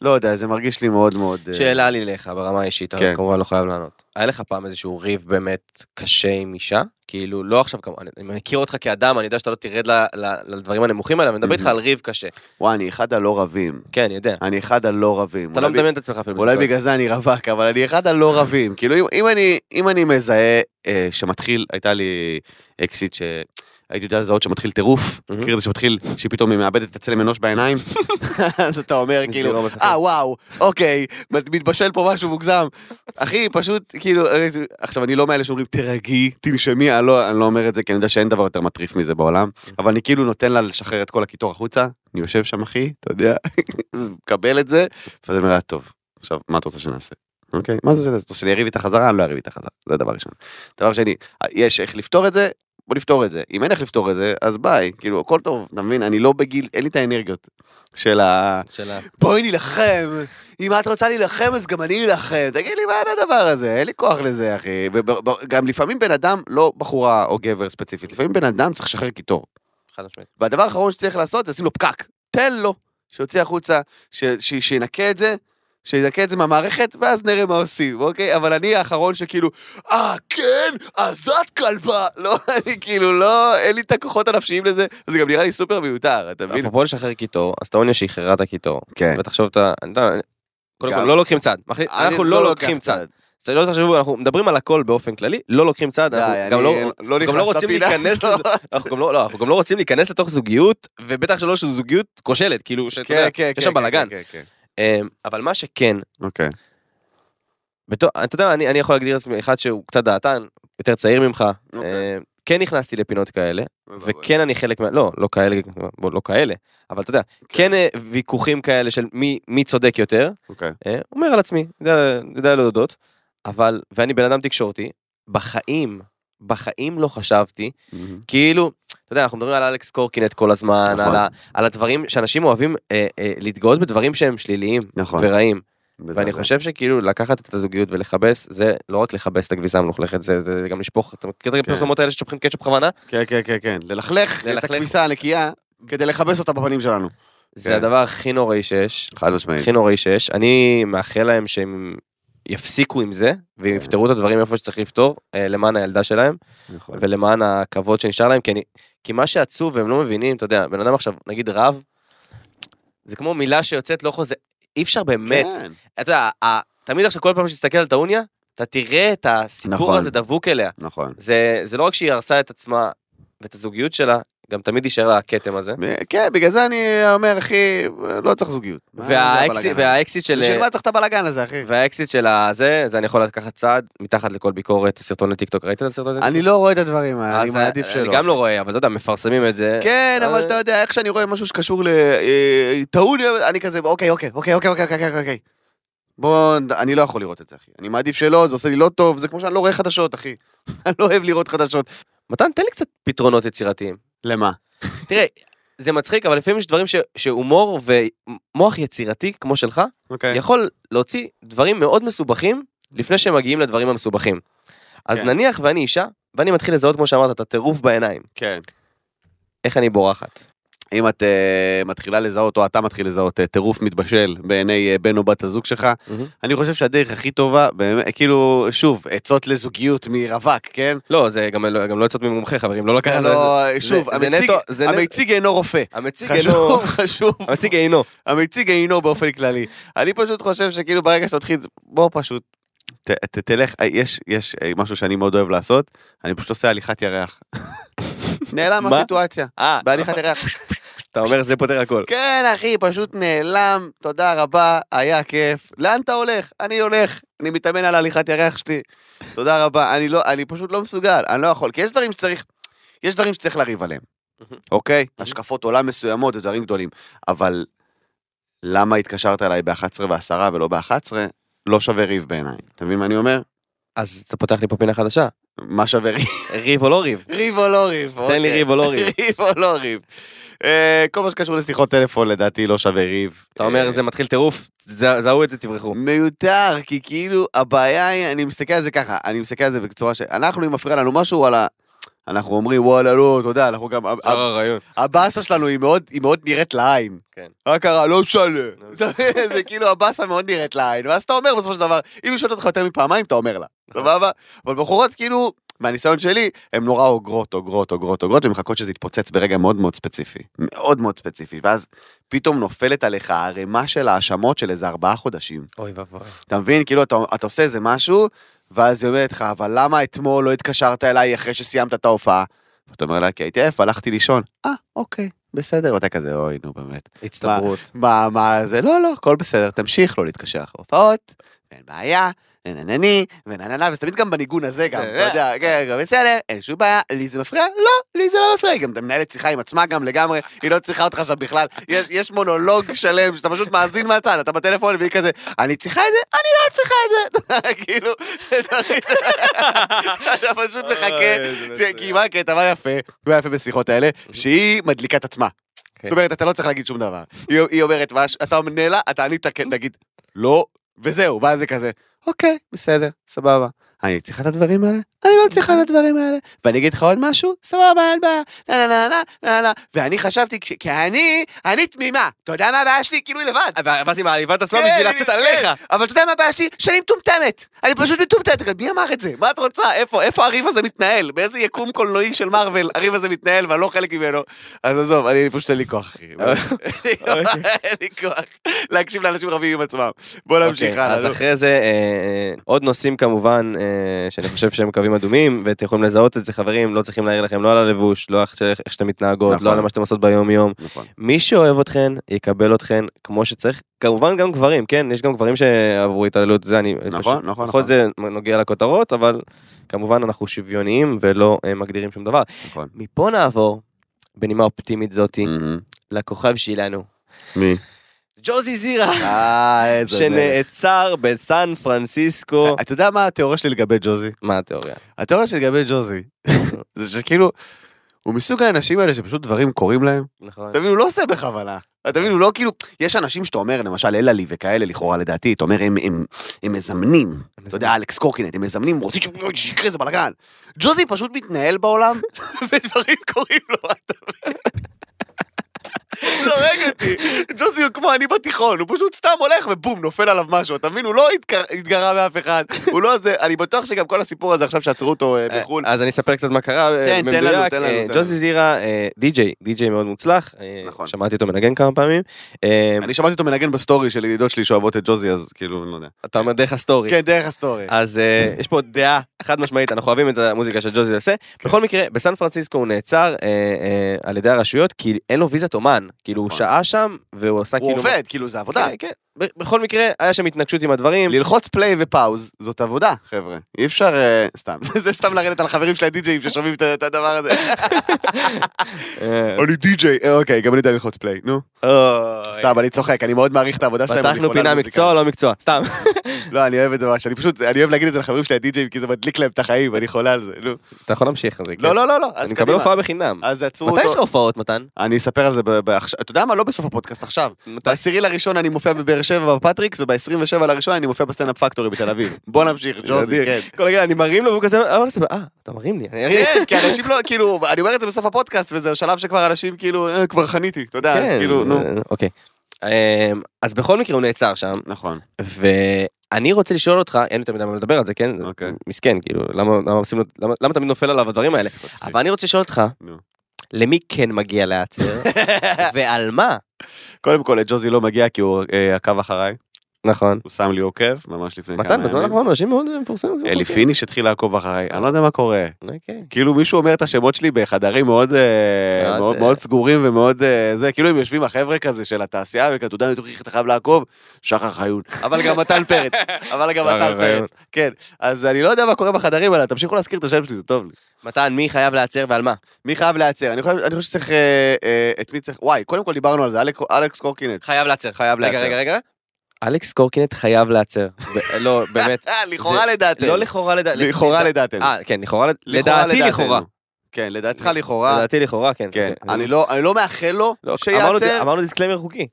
Speaker 2: לא יודע, זה מרגיש לי מאוד מאוד... אה,
Speaker 3: שאלה לי לך ברמה האישית,
Speaker 2: כן.
Speaker 3: אבל כמובן לא חייב לענות. היה לך פעם איזשהו ריב באמת קשה עם אישה? כאילו, לא עכשיו כמובן, אני מכיר אותך כאדם, אני יודע שאתה לא תרד ל- ל- לדברים הנמוכים האלה, אני מדבר איתך
Speaker 2: Mhm.
Speaker 3: על ריב קשה.
Speaker 2: וואי, אני אחד הלא רבים.
Speaker 3: כן, אני יודע.
Speaker 2: אני אחד הלא רבים.
Speaker 3: אתה לא
Speaker 2: אולי ב-
Speaker 3: מדמיין את עצמך אפילו
Speaker 2: אולי בגלל זה אני רווק, אבל אני אחד הלא רבים. כאילו, אם, אם, אני, אם אני מזהה אה, שמתחיל, הייתה לי אקסיט שהייתי יודע לזהות שמתחיל טירוף,
Speaker 3: Mhm.
Speaker 2: מכיר את זה שמתחיל, שפתאום היא מאבדת את הצלם אנוש בעיניים, אז אתה אומר כאילו,
Speaker 3: מסגרו בשפה.
Speaker 2: אה וואו, אוקיי, מת- מתבשל פה משהו מוגזם. אחי, פשוט כאילו, אה, עכשיו אני לא מאלה שאומרים תרגי, תנשמי, אני לא, אני לא אומר את זה כי אני יודע שאין דבר יותר מטריף מזה בעולם, אבל אני כאילו נותן לה לשחרר את כל הקיטור החוצה, אני יושב שם אחי, אתה יודע, מקבל את זה, ואז אני אומר לה, טוב, עכשיו, מה את רוצה שנעשה? אוקיי, מה זה שנעשה? רוצה שאני אריב איתה חזרה? אני לא אריב איתה חזרה, זה דבר ראשון. דבר שני, יש איך לפתור את זה? בוא נפתור את זה. אם אין איך לפתור את זה, אז ביי, כאילו, הכל טוב, אתה מבין? אני לא בגיל, אין לי את האנרגיות של ה...
Speaker 3: שאלה.
Speaker 2: בואי נילחם. אם את רוצה להילחם, אז גם אני אלחם. תגיד לי, מה זה הדבר הזה? אין לי כוח לזה, אחי. וגם לפעמים בן אדם, לא בחורה או גבר ספציפית, לפעמים בן אדם צריך לשחרר קיטור.
Speaker 3: חד משמעית.
Speaker 2: והדבר האחרון שצריך לעשות זה לשים לו פקק. תן לו, שיוציא החוצה, ש- ש- שינקה את זה. שינקה את זה מהמערכת, ואז נראה מה עושים, אוקיי? אבל אני האחרון שכאילו, אה, כן, אז את כלבה. לא, אני כאילו, לא, אין לי את הכוחות הנפשיים לזה, זה גם נראה לי סופר מיותר, אתה מבין?
Speaker 3: אפרופו לשחרר קיטור, אז טעוניה שחררה את הקיטור.
Speaker 2: כן.
Speaker 3: ותחשוב את ה... אני יודע, אני- קודם
Speaker 2: גם.
Speaker 3: כל, לא לוקחים צד. מחליט- אנחנו לא לוקחים צד. אז לא תחשבו, אנחנו מדברים על הכל באופן כללי, לא לוקחים צד,
Speaker 2: די,
Speaker 3: אנחנו
Speaker 2: אני
Speaker 3: גם לא...
Speaker 2: לא
Speaker 3: גם
Speaker 2: נכנס
Speaker 3: לא רוצים
Speaker 2: לפינה
Speaker 3: להיכנס
Speaker 2: הזאת.
Speaker 3: לזה, אנחנו גם לא, לא, אנחנו גם לא רוצים להיכנס לתוך זוגיות, ובטח שלא שזו זוגיות כושלת, כאילו, שאתה
Speaker 2: כן,
Speaker 3: יודע,
Speaker 2: כן,
Speaker 3: יש שם
Speaker 2: כן,
Speaker 3: בלאגן.
Speaker 2: כן, כן,
Speaker 3: אמ, אבל מה שכן,
Speaker 2: כן. אוקיי.
Speaker 3: בתור- אתה יודע, אני אני יכול להגדיר את עצמי אחד שהוא קצת דעתן, יותר צעיר ממך,
Speaker 2: אוקיי.
Speaker 3: אמ, כן נכנסתי לפינות כאלה, וכן אני חלק מה... לא, לא כאלה, בוא, לא כאלה, אבל אתה יודע, כן אה, ויכוחים כאלה של מי- מי צודק יותר,
Speaker 2: אוקיי.
Speaker 3: אה, אומר על עצמי, יודע- יודע להודות, אבל, ואני בן אדם תקשורתי, בחיים, בחיים לא חשבתי כאילו, אתה יודע, אנחנו מדברים על אלכס קורקינט כל הזמן,
Speaker 2: נכון.
Speaker 3: על, ה, על הדברים שאנשים אוהבים אה, אה, להתגאות בדברים שהם שליליים
Speaker 2: נכון.
Speaker 3: ורעים.
Speaker 2: וזה-
Speaker 3: ואני
Speaker 2: זה.
Speaker 3: חושב שכאילו לקחת את הזוגיות ולכבס, זה לא רק לכבס את הכביסה המלוכלכת, זה, זה גם לשפוך, אתה מכיר את
Speaker 2: כן.
Speaker 3: הפרסומות האלה ששופכים קצ'אפ בכוונה?
Speaker 2: כן, כן, כן, כן. ללכלך את
Speaker 3: ללכלך.
Speaker 2: הכביסה הנקייה כדי לכבס אותה בפנים שלנו. כן.
Speaker 3: זה הדבר הכי נוראי שיש,
Speaker 2: חד משמעית.
Speaker 3: הכי נוראי שיש. אני מאחל להם שהם יפסיקו עם זה, והם
Speaker 2: כן.
Speaker 3: יפתרו את הדברים איפה שצריך לפתור, אה, למען הילדה שלהם.
Speaker 2: נכון.
Speaker 3: ולמען הכבוד שנשאר להם, כי, אני, כי מה שעצוב והם לא מבינים, אתה יודע, בן אדם עכשיו, נגיד רב, זה כמו מילה שיוצאת לא חוזר, אי אפשר באמת,
Speaker 2: כן.
Speaker 3: אתה יודע, ה- תמיד עכשיו כל פעם שתסתכל על טעוניה, אתה תראה את הסיפור
Speaker 2: נכון.
Speaker 3: הזה דבוק אליה.
Speaker 2: נכון.
Speaker 3: זה, זה לא רק שהיא הרסה את עצמה ואת הזוגיות שלה, גם תמיד יישאר לה הכתם הזה.
Speaker 2: ב- כן, בגלל זה אני אומר, אחי, לא צריך זוגיות. מה זה
Speaker 3: והאקסיט,
Speaker 2: הבלגן הזה?
Speaker 3: והאקסיט של...
Speaker 2: בשביל מה צריך את הבלאגן הזה, אחי?
Speaker 3: והאקסיט של הזה, זה אני יכול לקחת צעד מתחת לכל ביקורת, סרטוני טיקטוק, ראית את הסרטוני טיקטוק?
Speaker 2: אני לא רואה את הדברים האלה, אני
Speaker 3: אז
Speaker 2: מעדיף שלא.
Speaker 3: אני גם לא רואה, אבל אתה יודע, מפרסמים את זה.
Speaker 2: כן, אבל
Speaker 3: אה.
Speaker 2: אתה יודע, איך שאני רואה משהו שקשור לטעון, אני כזה, אוקיי, אוקיי, אוקיי, אוקיי, אוקיי, אוקיי, אוקיי. בוא, אני לא יכול לראות את זה, אחי. אני מעדיף שלא, זה עושה לי לא טוב, זה כמו שאני לא רואה חדשות, אחי. אני לא אוהב לראות חדשות.
Speaker 3: מתן, תן לי קצת פתרונות יצירתיים.
Speaker 2: למה?
Speaker 3: תראה, זה מצחיק, אבל לפעמים יש דברים ש, שהומור ומוח יצירתי כמו שלך,
Speaker 2: אוקיי.
Speaker 3: יכול להוציא דברים מאוד מסובכים לפני שהם מגיעים לדברים המסובכים. אז
Speaker 2: כן.
Speaker 3: נניח ואני אישה, ואני מתחיל לזהות, כמו שאמרת, את הטירוף בעיניים,
Speaker 2: כן.
Speaker 3: איך אני בורחת.
Speaker 2: אם את uh, מתחילה לזהות, או אתה מתחיל לזהות, אה, טירוף מתבשל בעיני uh, בן או בת הזוג שלך,
Speaker 3: Mm-hmm.
Speaker 2: אני חושב שהדרך הכי טובה, באמת, כאילו, שוב, עצות לזוגיות מרווק, כן?
Speaker 3: לא, זה גם לא- גם לא יוצאות ממומחה, חברים, לא לקחת...
Speaker 2: לא, שוב,
Speaker 3: זה- זה
Speaker 2: המציג-
Speaker 3: נטו- זה נטו-
Speaker 2: המציג אינו רופא.
Speaker 3: המציג אינו...
Speaker 2: חשוב, חשוב.
Speaker 3: המציג אינו.
Speaker 2: המציג אינו באופן כללי. אני פשוט חושב שכאילו ברגע שאתה מתחיל, בוא פשוט, ת, ת, תלך, אה, יש, יש אה, משהו שאני מאוד אוהב לעשות, אני פשוט עושה הליכת ירח. נעלם
Speaker 3: מה?
Speaker 2: הסיטואציה,
Speaker 3: אה,
Speaker 2: בהליכת ירח.
Speaker 3: אתה אומר, זה פותר הכל.
Speaker 2: כן, אחי, פשוט נעלם, תודה רבה, היה כיף. לאן אתה הולך? אני הולך, אני מתאמן על הליכת ירח שלי. תודה רבה, אני לא, אני פשוט לא מסוגל, אני לא יכול, כי יש דברים שצריך, יש דברים שצריך לריב עליהם,
Speaker 3: מהמם.
Speaker 2: אוקיי? השקפות עולם מסוימות ודברים גדולים, אבל למה התקשרת אליי ב-11 ו-10 ולא ב-11? לא שווה ריב בעיניי. אתה מבין מה אני אומר?
Speaker 3: אז אתה פותח לי פה פינה חדשה.
Speaker 2: מה שווה ריב?
Speaker 3: ריב או לא ריב?
Speaker 2: ריב או לא ריב.
Speaker 3: תן לי
Speaker 2: אוקיי.
Speaker 3: ריב או לא ריב.
Speaker 2: ריב או לא ריב. אה, כל מה שקשור לשיחות טלפון לדעתי לא שווה ריב.
Speaker 3: אתה אומר,
Speaker 2: אה,
Speaker 3: זה מתחיל טירוף, ז- זהו את זה, תברחו.
Speaker 2: מיותר, כי כאילו הבעיה היא, אני מסתכל על זה ככה, אני מסתכל על זה בצורה ש... אנחנו, אם מפריע לנו משהו, וואלה, אנחנו אומרים, וואלה, לא, אתה יודע, אנחנו גם...
Speaker 3: שאר הרעיון.
Speaker 2: הבאסה שלנו היא מאוד, היא מאוד נראית לעין.
Speaker 3: לא. כן.
Speaker 2: מה קרה? לא משנה. אתה מבין? זה כאילו הבאסה מאוד נראית לעין, ואז אתה אומר בסופו של דבר, אם היא שואלת אותך יותר מפעמיים, אתה אומר לה, סבבה? אבל בחורות כאילו, מהניסיון שלי, הן נורא אוגרות, אוגרות, אוגרות, אוגרות, ומחכות שזה יתפוצץ ברגע מאוד מאוד ספציפי. מאוד מאוד ספציפי. ואז פתאום נופלת עליך ערימה של האשמות של איזה ארבעה חודשים.
Speaker 3: אוי ואבוי.
Speaker 2: אתה מבין? כאילו, אתה, אתה עושה איזה משהו, ואז היא אומרת לך, אבל למה אתמול לא התקשרת אליי אחרי שסיימת את ההופעה? ואתה אומר לה, כי הייתי עייף, הלכתי לישון. אה, אוקיי, בסדר. ואתה כזה, אוי, נו, באמת.
Speaker 3: הצטברות.
Speaker 2: מה, מה זה? לא, לא, הכל בסדר, תמשיך לא להתקשר אחרי הופעות, אין בעיה, ננני, ונננה, וזה תמיד גם בניגון הזה גם, אתה יודע, כן, גם בסדר, אין שום בעיה, לי זה מפריע? לא, לי זה לא מפריע, היא גם מנהלת שיחה עם עצמה גם לגמרי, היא לא צריכה אותך שם בכלל, יש- יש מונולוג שלם שאתה פשוט מאזין מהצד, אתה בטלפון והיא כזה, אני צריכה את זה? אני לא צריכה את זה, כאילו, אתה אתה פשוט מחכה ש- כי כאילו, מה הקטע, מה יפה, מה יפה בשיחות האלה, שהיא מדליקה את עצמה.
Speaker 3: כן.
Speaker 2: זאת אומרת, אתה לא צריך להגיד שום דבר. היא- היא אומרת משהו, אתה עונה לה, אתה ענית, כן, נגיד, לא, וזהו, ואז זה כזה, אוקיי, בסדר, סבבה. אני צריכה את הדברים האלה? אני לא צריכה את הדברים האלה. ואני אגיד לך עוד משהו? סבבה, אין בעיה. נה נה נה נה נה נה. ואני חשבתי, כש- כי אני, אני תמימה. אתה יודע מה הבעיה שלי? כאילו היא לבד.
Speaker 3: ואז היא מעליבה את עצמה
Speaker 2: כן,
Speaker 3: בשביל
Speaker 2: אני-
Speaker 3: לצאת
Speaker 2: כן.
Speaker 3: עליך.
Speaker 2: אבל אתה יודע מה הבעיה שלי? שאני מטומטמת. אני פשוט מטומטמת. תגיד, מי אמר את זה? מה את רוצה? איפה? איפה הריב הזה מתנהל? באיזה יקום קולנועי של מארוול הריב הזה מתנהל ואני לא חלק ממנו? אז עזוב, אני פשוט אין לי כוח, אחי.
Speaker 3: אוקיי.
Speaker 2: אין לי כוח להקשיב לאנשים רבים עם עצמם. בוא נמשיך
Speaker 3: אוקיי,
Speaker 2: הלאה. לא.
Speaker 3: אז
Speaker 2: נו.
Speaker 3: אחרי זה אה, אה, עוד נושאים כמובן אה, שאני חושב שהם קווים אדומים ואתם יכולים לזהות את זה חברים לא צריכים להעיר לכם לא על הלבוש לא על איך איך שאתם מתנהגות
Speaker 2: נכון.
Speaker 3: לא על מה שאתם עושות ביום יום
Speaker 2: נכון.
Speaker 3: מי שאוהב אתכן יקבל אתכן כמו שצריך כמובן גם גברים כן יש גם גברים שעברו התעללות זה אני
Speaker 2: נכון,
Speaker 3: פשוט-
Speaker 2: נכון, נכון.
Speaker 3: פחות זה נוגע לכותרות אבל כמובן אנחנו שוויוניים ולא אה, מגדירים שום דבר
Speaker 2: נכון.
Speaker 3: מפה נעבור בנימה אופטימית זאתי
Speaker 2: מהמם.
Speaker 3: לכוכב שלנו
Speaker 2: מי?
Speaker 3: ג'וזי זירה
Speaker 2: אה, איזה... אה, מלך.
Speaker 3: שנעצר בסן פרנסיסקו
Speaker 2: אתה יודע מה התיאוריה שלי לגבי ג'וזי?
Speaker 3: מה התיאוריה?
Speaker 2: התיאוריה שלי לגבי ג'וזי זה שכאילו, הוא מסוג האנשים האלה שפשוט דברים קורים להם.
Speaker 3: נכון.
Speaker 2: אתה מבין, הוא לא עושה בכוונה. אתה מבין, הוא לא כאילו... יש אנשים שאתה אומר, למשל אלעלי וכאלה, לכאורה לדעתי, אתה אומר, הם- הם- הם מזמנים. אתה יודע, אלכס קורקינט, הם מזמנים, הם רוצים ש- שיקרה איזה בלאגן. ג'וזי פשוט מתנהל בעולם, ודברים קורים לו, אתה מבין? הוא הורג אותי. ג'וזי הוא כמו אני בתיכון, הוא פשוט סתם הולך ובום, נופל עליו משהו, אתה מבין? הוא לא התקר- התגרה מאף אחד, הוא לא זה, אני בטוח שגם כל הסיפור הזה עכשיו שעצרו אותו אה, בחו"ל.
Speaker 3: אז אני אספר קצת מה קרה, אה,
Speaker 2: תן לנו, תן לנו,
Speaker 3: במדויק.
Speaker 2: תן לנו.
Speaker 3: אה, ג'וזי זירה, אה, די-ג'יי, די-ג'יי מאוד מוצלח, אה,
Speaker 2: נכון.
Speaker 3: שמעתי אותו מנגן כמה פעמים. אה,
Speaker 2: אני שמעתי אותו מנגן בסטורי של ידידות שלי שאוהבות את ג'וזי, אז כאילו, אני לא יודע.
Speaker 3: אתה אומר דרך הסטורי.
Speaker 2: כן, דרך הסטורי.
Speaker 3: אז אה, יש פה דעה חד משמעית, אנחנו אוהבים את המוזיקה שג'וזי עושה.
Speaker 2: כן.
Speaker 3: בכל מקרה, בסן פרנסיסקו הוא נעצר אה, אה, על ידי הרשויות, כי אין לו ויזת אומן. כאילו, הוא
Speaker 2: נכון.
Speaker 3: שהה שם, והוא עשה כאילו...
Speaker 2: הוא עובד, כאילו זה עבודה.
Speaker 3: כן, כן. ב- בכל מקרה, היה שם התנגשות עם הדברים.
Speaker 2: ללחוץ פליי ופאוז זאת עבודה, חבר'ה. אי אפשר, אה, סתם. זה סתם לרדת על חברים של הדי-ג'אים ששומעים את ה- את הדבר הזה.
Speaker 3: אה,
Speaker 2: אני די-ג'יי, אה, אוקיי, גם אני יודע ללחוץ פליי, נו.
Speaker 3: אוי.
Speaker 2: סתם, אני צוחק, אני מאוד מעריך את העבודה שלהם. אני
Speaker 3: אה, פתחנו
Speaker 2: חולה
Speaker 3: פינה
Speaker 2: על
Speaker 3: מקצוע, לא מקצוע, סתם.
Speaker 2: מוזיקאים. לא, אני אוהב את זה ממש, אני פשוט, אני אוהב להגיד את זה לחברים שלי הדי-ג'אים, כי זה מדליק להם את החיים, אני חולה על זה, נו.
Speaker 3: אתה יכול להמשיך. זה כיף.
Speaker 2: לא, לא, לא, לא,
Speaker 3: כן. אני
Speaker 2: אז
Speaker 3: מקבל
Speaker 2: קדימה.
Speaker 3: הופעה בחינם.
Speaker 2: אז עצרו
Speaker 3: מתי יש לך
Speaker 2: אותו.
Speaker 3: הופעות, מתן?
Speaker 2: אני אספר על זה ב- בעכשיו, אתה יודע מה? לא בסוף הפודקאסט, עכשיו.
Speaker 3: מתי?
Speaker 2: בעשירי לראשון אני מופיע בבאר שבע בפטריקס, וב-27 לראשון אני מופיע בסטנדאפ פקטורי בתל אביב. בוא נמשיך, ג'וזי,
Speaker 3: אדיר.
Speaker 2: כן.
Speaker 3: כל רגע אני מרים לו והוא כזה, "אה, לא, בסדר." אה, אתה מרים לי. אני-
Speaker 2: כן, כי אנשים לא, כאילו, אני אומר את זה בסוף הפודקאסט, וזה שלב שכבר אנשים כאילו, "אה, כבר חניתי, אתה יודע, אז
Speaker 3: כן,
Speaker 2: כאילו, נו.
Speaker 3: אה, אוקיי. אמ, אז בכל מקרה הוא נעצר שם,
Speaker 2: נכון.
Speaker 3: ואני רוצה לשאול אותך, אין יותר מדי מה לדבר על זה, כן?
Speaker 2: אוקיי.
Speaker 3: מסכן, כאילו, למה- למה עושים לו- למה- למה תמיד נופל עליו הדברים האלה? אבל אני רוצה לשאול אותך,
Speaker 2: נו.
Speaker 3: למי כן מגיע להיעצר, ועל מה?
Speaker 2: קודם כל, לג'וזי לא מגיע כי הוא אה, עקב אחריי,
Speaker 3: נכון. כן,
Speaker 2: הוא שם לי עוקב, ממש לפני כמה ימים.
Speaker 3: מתן, בזמן האחרון אנשים מאוד מפורסמים. עושים
Speaker 2: אלי
Speaker 3: חוקים.
Speaker 2: פיניש התחיל לעקוב אחריי, אני לא יודע מה קורה.
Speaker 3: אוקיי.
Speaker 2: כאילו מישהו אומר את השמות שלי בחדרים מאוד אה,
Speaker 3: מאוד,
Speaker 2: מאוד
Speaker 3: אה,
Speaker 2: מאוד סגורים ומאוד אה, זה, כאילו הם יושבים החבר'ה כזה של התעשייה וכזה, אתה יודע, אני תוכיח, אתה חייב לעקוב, שחר חיון. אבל גם מתן פרץ, אבל גם
Speaker 3: שחר
Speaker 2: מתן
Speaker 3: חיון.
Speaker 2: פרץ. כן, אז אני לא יודע מה קורה בחדרים האלה, תמשיכו להזכיר את השם שלי, זה טוב לי.
Speaker 3: מתן, מי חייב להיעצר ועל מה?
Speaker 2: מי חייב להיעצר? אני חושב, אני חושב שצריך... אה, אה, את מי צריך... וואי, קודם כל דיברנו על זה, אלק, אלכס קורקינט.
Speaker 3: חייב להיעצר.
Speaker 2: חייב להיעצר.
Speaker 3: רגע, רגע, רגע. אלכס קורקינט חייב להיעצר. ו- לא, באמת.
Speaker 2: אה, לכאורה לדעתנו.
Speaker 3: לא לכאורה לדעתי.
Speaker 2: לכאורה לדעתנו.
Speaker 3: אה, כן, לכאורה לד-
Speaker 2: לכאורה
Speaker 3: לדעתי
Speaker 2: לדעתנו.
Speaker 3: לכאורה.
Speaker 2: כן, לדעתך לכאורה.
Speaker 3: לדעתי לכאורה, כן.
Speaker 2: כן,
Speaker 3: אוקיי.
Speaker 2: אני לא, אני לא מאחל לו
Speaker 3: לא, אמרנו-
Speaker 2: שיעצר,
Speaker 3: אמרנו דיסקליימר חוקי.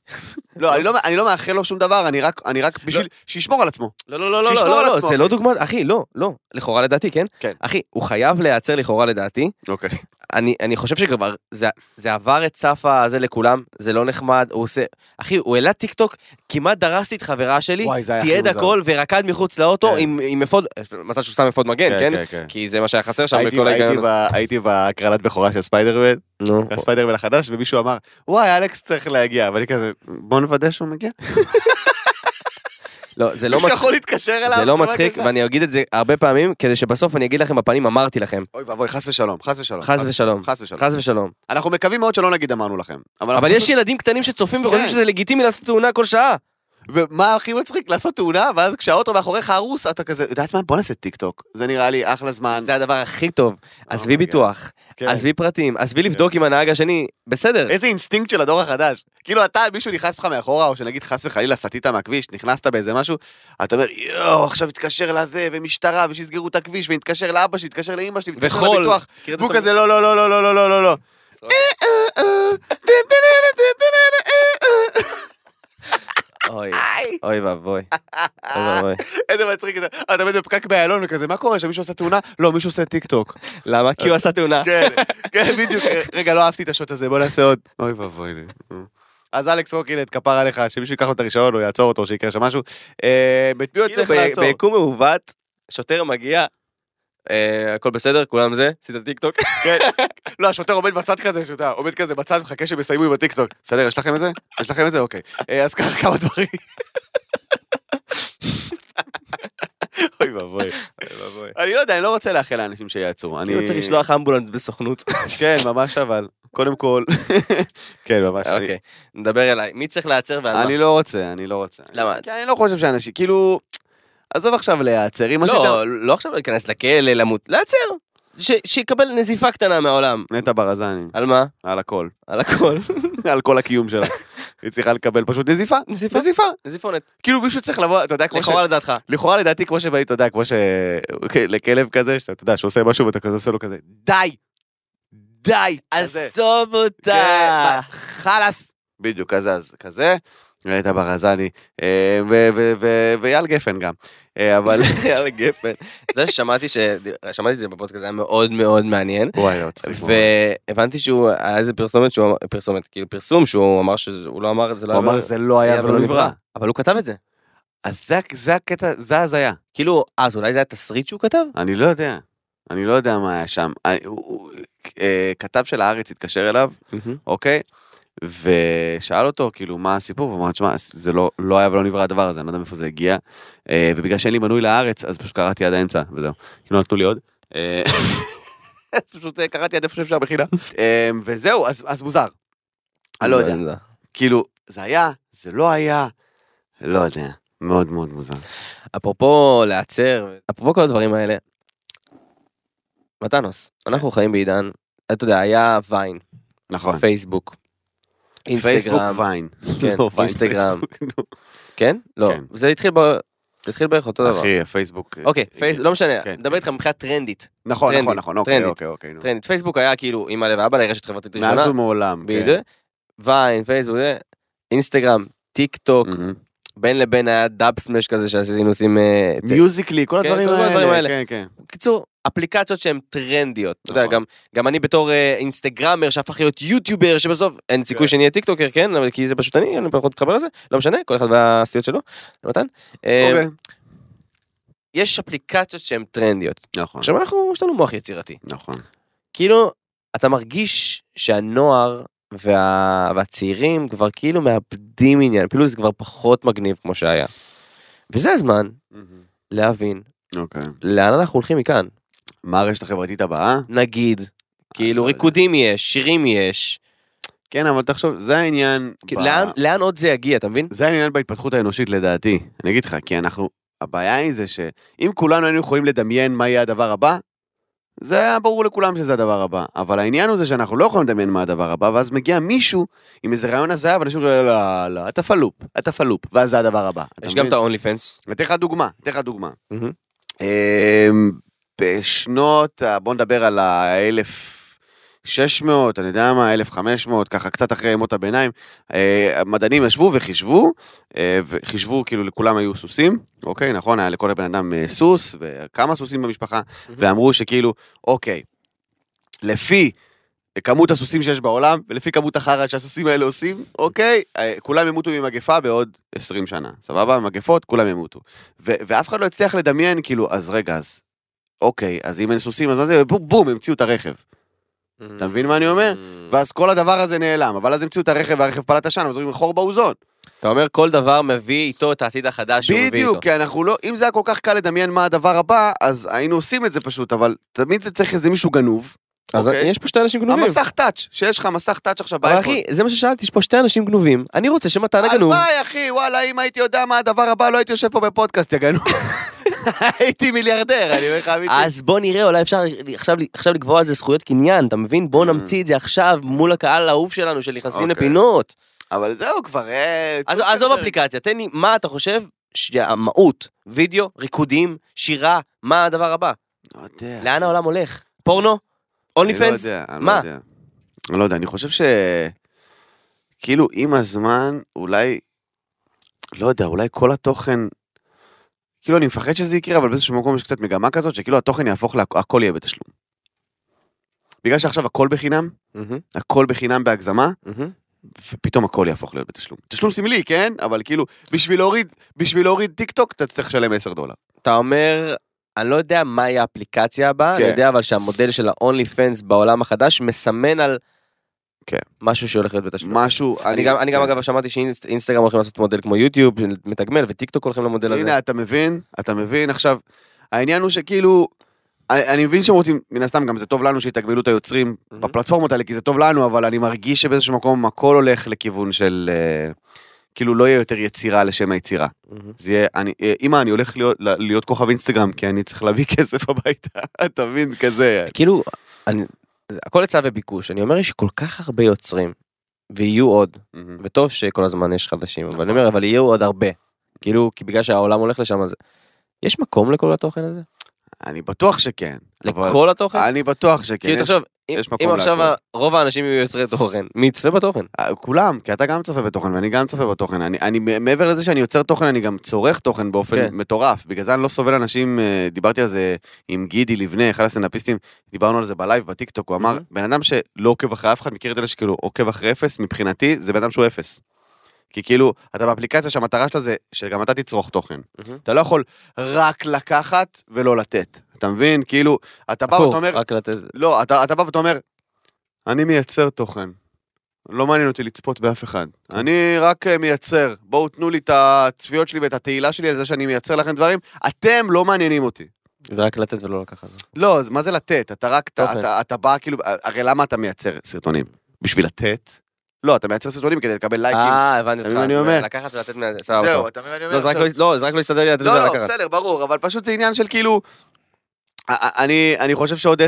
Speaker 2: לא, אני לא, אני לא מאחל לו שום דבר, אני רק, אני רק בשביל, שישמור על עצמו.
Speaker 3: לא, לא, לא, לא,
Speaker 2: שישמור
Speaker 3: לא,
Speaker 2: על
Speaker 3: לא,
Speaker 2: עצמו,
Speaker 3: זה
Speaker 2: אחי.
Speaker 3: לא דוגמא, אחי, לא, לא, לכאורה לדעתי, כן?
Speaker 2: כן.
Speaker 3: אחי, הוא חייב להיעצר לכאורה לדעתי.
Speaker 2: אוקיי.
Speaker 3: אני, אני חושב שכבר, זה, זה עבר את סף הזה לכולם, זה לא נחמד, הוא עושה... אחי, הוא העלה טיק טוק, כמעט דרסתי את חברה שלי,
Speaker 2: וואי, זה היה הכי
Speaker 3: תיעד
Speaker 2: מוזר.
Speaker 3: הכל ורקד מחוץ לאוטו
Speaker 2: כן.
Speaker 3: עם עם אפוד, מזל שהוא שם אפוד מגן, כן?
Speaker 2: כן.
Speaker 3: כי זה מה שהיה חסר שם
Speaker 2: הייתי-
Speaker 3: בכל
Speaker 2: הייתי
Speaker 3: ההיגיון.
Speaker 2: ב- הייתי בהקרנת בכורה של ספיידרמן,
Speaker 3: נו,
Speaker 2: הספיידרמן החדש, ומישהו אמר, וואי, אלכס צריך להגיע, ואני כזה, בוא נוודא שהוא מגיע.
Speaker 3: לא, זה לא
Speaker 2: מישהו
Speaker 3: מצחיק,
Speaker 2: יכול להתקשר אליו?
Speaker 3: זה לא
Speaker 2: דבר
Speaker 3: מצחיק,
Speaker 2: כזה?
Speaker 3: ואני אגיד את זה הרבה פעמים, כדי שבסוף אני אגיד לכם בפנים, אמרתי לכם,
Speaker 2: אוי ואבוי, חס ושלום, לא, חס ושלום.
Speaker 3: חס ושלום,
Speaker 2: חס ושלום.
Speaker 3: חס ושלום.
Speaker 2: אנחנו מקווים מאוד שלא נגיד אמרנו לכם.
Speaker 3: אבל
Speaker 2: אנחנו
Speaker 3: יש ילדים קטנים שצופים וחושבים
Speaker 2: כן.
Speaker 3: שזה לגיטימי לעשות תאונה כל שעה.
Speaker 2: ומה הכי מצחיק? לעשות תאונה, ואז כשהאוטו מאחוריך הרוס, אתה כזה, יודעת מה? בוא נעשה טיק טוק. זה נראה לי אחלה זמן.
Speaker 3: זה הדבר הכי טוב. עזבי
Speaker 2: my God.
Speaker 3: ביטוח,
Speaker 2: אה, כן. אה,
Speaker 3: עזבי פרטים, עזבי לבדוק עם הנהג השני, בסדר.
Speaker 2: איזה אינסטינקט של הדור החדש. כאילו אתה, מישהו נכנס בך מאחורה, או שנגיד חס וחלילה סטית מהכביש, נכנסת באיזה משהו, אתה אומר, יואו, עכשיו התקשר לזה, ומשטרה, ושיסגרו את הכביש, ונתקשר לאבא שלי, נתקשר לאמא שלי, נתקשר
Speaker 3: וחול.
Speaker 2: לביטוח.
Speaker 3: מכיר את זה
Speaker 2: והוא
Speaker 3: שאתה-
Speaker 2: כזה, לא, לא, לא, לא, לא, לא, לא, לא, אה. לא. לא-
Speaker 3: אוי, אוי ואבוי. אוי ואבוי.
Speaker 2: איזה מצחיק זה. אתה עומד בפקק באיילון וכזה, מה קורה? שמישהו עושה תאונה? לא, מישהו עושה טיק טוק.
Speaker 3: למה? כי הוא עשה תאונה.
Speaker 2: כן, כן, בדיוק. רגע, לא אהבתי את השוט הזה, בוא נעשה עוד. אוי ואבוי לי. אז אלכס ווקינט, כפר עליך, שמישהו ייקח לו את הרישיון, או יעצור אותו, שיקרה שם משהו. אה, את מי הוא
Speaker 3: כאילו
Speaker 2: צריך
Speaker 3: ב-
Speaker 2: לעצור?
Speaker 3: ביקום מעוות, שוטר מגיע, אה, הכל בסדר, כולם זה, עשית טיקטוק.
Speaker 2: כן. לא, השוטר עומד בצד כזה, שאתה יודע, עומד כזה בצד, מחכה שהם יסיימו עם הטיקטוק. בסדר, יש לכם את זה? יש לכם את זה? אוקיי. אה, אז ככה כמה דברים. אוי ואבוי. אני לא יודע, אני לא רוצה לאחל לאנשים שיעצרו. אני
Speaker 3: כאילו צריך לשלוח אמבולנס בסוכנות.
Speaker 2: כן, ממש אבל. קודם כל. כן, ממש. אני-
Speaker 3: אוקיי, נדבר אליי. מי צריך להיעצר ועל מה?
Speaker 2: אני לא רוצה, אני לא רוצה.
Speaker 3: למה?
Speaker 2: כי אני לא חושב שאנשים, כאילו... עזוב עכשיו להיעצר, אם עשית...
Speaker 3: לא, לא עכשיו להיכנס לכלא, למות, להיעצר. ש- שיקבל נזיפה קטנה מהעולם.
Speaker 2: נטע ברזני,
Speaker 3: על מה?
Speaker 2: על הכל.
Speaker 3: על הכל.
Speaker 2: על כל הקיום שלה. היא צריכה לקבל פשוט נזיפה.
Speaker 3: נזיפה.
Speaker 2: נזיפה.
Speaker 3: נזיפונת.
Speaker 2: כאילו מישהו צריך לבוא, אתה יודע, כמו ש...
Speaker 3: לכאורה לדעתך.
Speaker 2: לכאורה לדעתי כמו שבאים, אתה יודע, כמו ש... אוקיי, לכלב כזה, שאתה יודע, שעושה משהו ואתה כזה עושה לו כזה, די! די! כזה.
Speaker 3: עזוב אותה.
Speaker 2: כן, חלאס. בדיוק, כזה, אז כזה. נטע ברזני, אה, ו- ו- ו- ואייל גפן גם. אה, אבל...
Speaker 3: על הגפן. אתה יודע ששמעתי ש- שמעתי את זה בפודקאסט, זה היה מאוד מאוד מעניין.
Speaker 2: וואי, לא מצחיק. מאוד.
Speaker 3: והבנתי שהוא, היה איזה פרסומת שהוא אמר, פרסומת, כאילו פרסום שהוא אמר שזה, הוא לא אמר את זה, לא
Speaker 2: הוא אמר, זה לא היה ולא נברא.
Speaker 3: אבל הוא כתב את זה.
Speaker 2: אז זה, זה הקטע, זה הזיה.
Speaker 3: כאילו, אז אולי זה היה תסריט שהוא כתב?
Speaker 2: אני לא יודע. אני לא יודע מה היה שם. אני, הוא, הוא, אה, כתב של הארץ התקשר אליו, אוקיי? ושאל אותו, כאילו, מה הסיפור? והוא אמר, תשמע, זה לא, לא היה ולא נברא הדבר הזה, אני לא יודע מאיפה זה הגיע. אה, ובגלל שאין לי מנוי לארץ, אז פשוט קראתי עד האמצע, וזהו. כאילו, נתנו לי עוד. אה, אז פשוט אה, קראתי עד איפה שאפשר בחינם. אה, וזהו, אז, אז מוזר. אני לא יודע. כאילו, זה היה, זה לא היה, לא יודע. מאוד מאוד מוזר.
Speaker 3: אפרופו להצר, אפרופו כל הדברים האלה, מתנוס, אנחנו חיים בעידן, אתה יודע, היה ויין,
Speaker 2: נכון.
Speaker 3: פייסבוק,
Speaker 2: פייסבוק
Speaker 3: אינסטגרם,
Speaker 2: ויין.
Speaker 3: כן,
Speaker 2: לא, ויין,
Speaker 3: אינסטגרם.
Speaker 2: פייסבוק, נו.
Speaker 3: כן? לא,
Speaker 2: כן.
Speaker 3: זה התחיל ב- זה התחיל בערך אותו דבר.
Speaker 2: אחי, הפייסבוק.
Speaker 3: לא, אוקיי, פייס, לא משנה,
Speaker 2: כן,
Speaker 3: מדבר איתך מבחינה טרנדית.
Speaker 2: נכון,
Speaker 3: טרנדית,
Speaker 2: נכון, נכון, אוקיי,
Speaker 3: טרנדית.
Speaker 2: אוקיי, אוקיי. נו.
Speaker 3: טרנדית. פייסבוק היה כאילו אימא ואבא לרשת חברתית ראשונה.
Speaker 2: מאז ומעולם. כן.
Speaker 3: בדיוק. ויין, פייסבוק, זה. אינסטגרם, טיק טוק,
Speaker 2: מהמם.
Speaker 3: בין לבין היה דאב סמש כזה שעשינו עושים... אה, ת-
Speaker 2: מיוזיקלי, כל
Speaker 3: כן,
Speaker 2: הדברים
Speaker 3: כל הדברים האלה.
Speaker 2: האלה. כן, כן.
Speaker 3: קיצור, אפליקציות שהן טרנדיות. אתה יודע,
Speaker 2: נכון.
Speaker 3: גם- גם אני בתור אה, אינסטגרמר שהפך להיות יוטיובר, שבסוף אין סיכוי
Speaker 2: כן.
Speaker 3: שאני אהיה טיקטוקר, כן? אבל כי זה פשוט אני, אני פחות מתחבר לזה, לא משנה, כל אחד והסיעות שלו, מתן. אה,
Speaker 2: אוקיי.
Speaker 3: יש אפליקציות שהן טרנדיות.
Speaker 2: נכון.
Speaker 3: עכשיו אנחנו, יש לנו מוח יצירתי.
Speaker 2: נכון.
Speaker 3: כאילו, אתה מרגיש שהנוער וה... והצעירים כבר כאילו מאבדים עניין, כאילו זה כבר פחות מגניב כמו שהיה. וזה הזמן להבין
Speaker 2: אוקיי.
Speaker 3: לאן אנחנו הולכים מכאן.
Speaker 2: מה הרשת החברתית הבאה?
Speaker 3: נגיד, כאילו
Speaker 2: לא יודע.
Speaker 3: ריקודים יש, שירים יש,
Speaker 2: כן, אבל תחשוב, זה העניין.
Speaker 3: כאילו,
Speaker 2: ב-
Speaker 3: לאן, לאן עוד זה יגיע, אתה מבין?
Speaker 2: זה העניין בהתפתחות האנושית לדעתי. אני אגיד לך, כי אנחנו... הבעיה היא זה שאם כולנו היינו יכולים לדמיין מה יהיה הדבר הבא, זה היה ברור לכולם שזה הדבר הבא, אבל העניין הוא זה שאנחנו לא יכולים לדמיין מה הדבר הבא, ואז מגיע מישהו עם איזה רעיון הזיה, ואנשים אומרים, לא, לא, לא, אתה פלופ, אתה פלופ, ואז זה הדבר הבא. אתה
Speaker 3: יש
Speaker 2: מבין?
Speaker 3: גם את ההונלי פנס.
Speaker 2: אתן לך דוגמה, אתן לך דוגמה. אמ, בשנות, ה- בוא נדבר על ה-1600, אני יודע מה, 1500, ככה קצת אחרי ימות הביניים, אה, המדענים ישבו וחישבו, אה, וחישבו כאילו לכולם היו סוסים, אוקיי, נכון, היה לכל הבן אדם אה, סוס, וכמה סוסים במשפחה, ואמרו שכאילו, אוקיי, לפי... כמות הסוסים שיש בעולם, ולפי כמות החרא שהסוסים האלה עושים, אוקיי? אה, כולם ימותו ממגפה בעוד 20 שנה, סבבה? מגפות, כולם ימותו. ו- ואף אחד לא הצליח לדמיין, כאילו, אז רגע, אז אוקיי, אז אם אין סוסים, אז מה זה, בום, בום, המציאו את הרכב.
Speaker 3: Mm. Mm-hmm.
Speaker 2: אתה מבין מה אני אומר? ואז כל הדבר הזה נעלם, אבל אז המציאו את הרכב והרכב פלט עשן, אז אומרים חור באוזון.
Speaker 3: אתה אומר כל דבר מביא איתו את העתיד החדש שהוא מביא איתו.
Speaker 2: בדיוק, כי אנחנו לא, אם זה היה כל כך קל לדמיין מה הדבר הבא, אז היינו עושים את זה פשוט, אבל תמיד זה צריך איזה מישהו גנוב.
Speaker 3: אז
Speaker 2: אוקיי.
Speaker 3: יש פה שתי אנשים גנובים.
Speaker 2: המסך טאץ', שיש לך מסך טאץ' עכשיו
Speaker 3: אבל
Speaker 2: באייפון.
Speaker 3: אחי, זה מה ששאלתי, יש פה שתי אנשים גנובים. אני רוצה שמתן הגנוב...
Speaker 2: הלוואי, אחי, וואלה, אם הייתי יודע מה הדבר הבא, לא הייתי יושב פה בפודקאסט, יא גנוב. הייתי מיליארדר, אני אומר לך אמיתי.
Speaker 3: אז בוא נראה, אולי אפשר עכשיו, עכשיו לקבוע על זה זכויות קניין, אתה מבין? בוא
Speaker 2: Mm.
Speaker 3: נמציא את זה עכשיו מול הקהל האהוב שלנו שנכנסים
Speaker 2: אוקיי.
Speaker 3: לפינות.
Speaker 2: אבל זהו, כבר... אה,
Speaker 3: אז עזוב אפליקציה, תן לי מה אתה חושב שהמהות, וידאו, ריקודים, שירה, מה הדבר הבא?
Speaker 2: לא יודע.
Speaker 3: לאן העולם הולך? פורנו? אונלי פנס?
Speaker 2: אני לא יודע, אני
Speaker 3: מה?
Speaker 2: לא יודע. אני לא יודע, אני חושב ש... כאילו, עם הזמן, אולי... לא יודע, אולי כל התוכן... כאילו, אני מפחד שזה יקרה, אבל באיזשהו מקום יש קצת מגמה כזאת, שכאילו התוכן יהפוך לה... הכל יהיה בתשלום. בגלל שעכשיו הכל בחינם, הכל בחינם בהגזמה, ופתאום הכל יהפוך להיות בתשלום. תשלום סמלי, כן? אבל כאילו, בשביל להוריד, בשביל להוריד טיק טוק, אתה צריך לשלם 10 דולר.
Speaker 3: אתה אומר, אני לא יודע מהי האפליקציה הבאה, אני
Speaker 2: כן.
Speaker 3: יודע אבל שהמודל של ה-only fans בעולם החדש מסמן על
Speaker 2: כן.
Speaker 3: משהו שהולך להיות בתשלום.
Speaker 2: משהו...
Speaker 3: אני גם, אני גם
Speaker 2: כן.
Speaker 3: אגב שמעתי שאינסטגרם הולכים לעשות מודל כמו יוטיוב, מתגמל, וטיקטוק הולכים למודל הזה.
Speaker 2: הנה, אתה מבין, אתה מבין. עכשיו, העניין הוא שכאילו, אני, אני מבין שהם רוצים, מן הסתם גם זה טוב לנו שיתגמלו את היוצרים
Speaker 3: מהמם.
Speaker 2: בפלטפורמות האלה, כי זה טוב לנו, אבל אני מרגיש שבאיזשהו מקום הכל הולך לכיוון של... אה, כאילו לא יהיה יותר יצירה לשם היצירה.
Speaker 3: מהמם.
Speaker 2: זה יהיה, אני, אה, אמא, אני הולך להיות, ל- להיות כוכב אינסטגרם, כי אני צריך להביא כסף הביתה, אתה מבין? כזה.
Speaker 3: כאילו, אני, זה- הכל היצע וביקוש, אני אומר יש כל כך הרבה יוצרים, ויהיו עוד,
Speaker 2: מהמם. נכון.
Speaker 3: וטוב שכל הזמן יש חדשים, אבל אני אומר, אבל יהיו עוד הרבה. כאילו, כי בגלל שהעולם הולך לשם, אז יש מקום לכל התוכן הזה?
Speaker 2: אני בטוח שכן. אבל-
Speaker 3: לכל התוכן?
Speaker 2: אני בטוח שכן.
Speaker 3: כאילו,
Speaker 2: יש-
Speaker 3: תחשוב, אם
Speaker 2: יש מקום
Speaker 3: אם עכשיו
Speaker 2: להכל.
Speaker 3: ה- רוב האנשים יהיו יוצרי תוכן, מי יצפה בתוכן?
Speaker 2: אה, כולם, כי אתה גם צופה בתוכן ואני גם צופה בתוכן. אני, אני מעבר לזה שאני יוצר תוכן, אני גם צורך תוכן באופן
Speaker 3: כן.
Speaker 2: כן. מטורף. בגלל זה אני לא סובל אנשים, אה, דיברתי על זה עם גידי לבנה, אחד הסטנדאפיסטים, דיברנו על זה בלייב, בטיקטוק, הוא אמר,
Speaker 3: Mhm.
Speaker 2: בן אדם שלא עוקב אחרי אף אחד, מכיר את אלה שכאילו עוקב אחרי אפס, מבחינתי זה בן אדם שהוא אפס. כי כאילו, אתה באפליקציה שהמטרה שלה זה שגם אתה תצרוך תוכן.
Speaker 3: Mhm.
Speaker 2: אתה לא יכול רק לקחת ולא לתת. אתה מבין? כאילו, אתה בא
Speaker 3: הפוך,
Speaker 2: ואתה אומר,
Speaker 3: רק לתת...
Speaker 2: לא, אתה, אתה בא ואתה אומר, אני מייצר תוכן. לא מעניין אותי לצפות באף אחד. אני רק אה, מייצר. בואו תנו לי את הצפיות שלי ואת התהילה שלי על זה שאני מייצר לכם דברים. אתם לא מעניינים אותי.
Speaker 3: זה רק לתת ולא לקחת.
Speaker 2: לא, אז מה זה לתת? אתה רק, אתה,
Speaker 3: תוכן.
Speaker 2: אתה, אתה בא כאילו, הרי למה אתה מייצר סרטונים? בשביל לתת? לא, אתה מייצר סרטונים כדי לקבל לייקים.
Speaker 3: אה, הבנתי
Speaker 2: אתה
Speaker 3: אותך.
Speaker 2: מבין מה אני אומר?
Speaker 3: לקחת ולתת מה... סבבה,
Speaker 2: זהו,
Speaker 3: סבבה.
Speaker 2: אתה מבין מה אני אומר?
Speaker 3: לא, זה רק
Speaker 2: עכשיו-
Speaker 3: לא- לא, זה רק לא הסתדר לי לתת
Speaker 2: לא, לא,
Speaker 3: ולקחת.
Speaker 2: בסדר, ברור, אבל פשוט זה עניין של כאילו... א- א- אני, אני חושב שעוד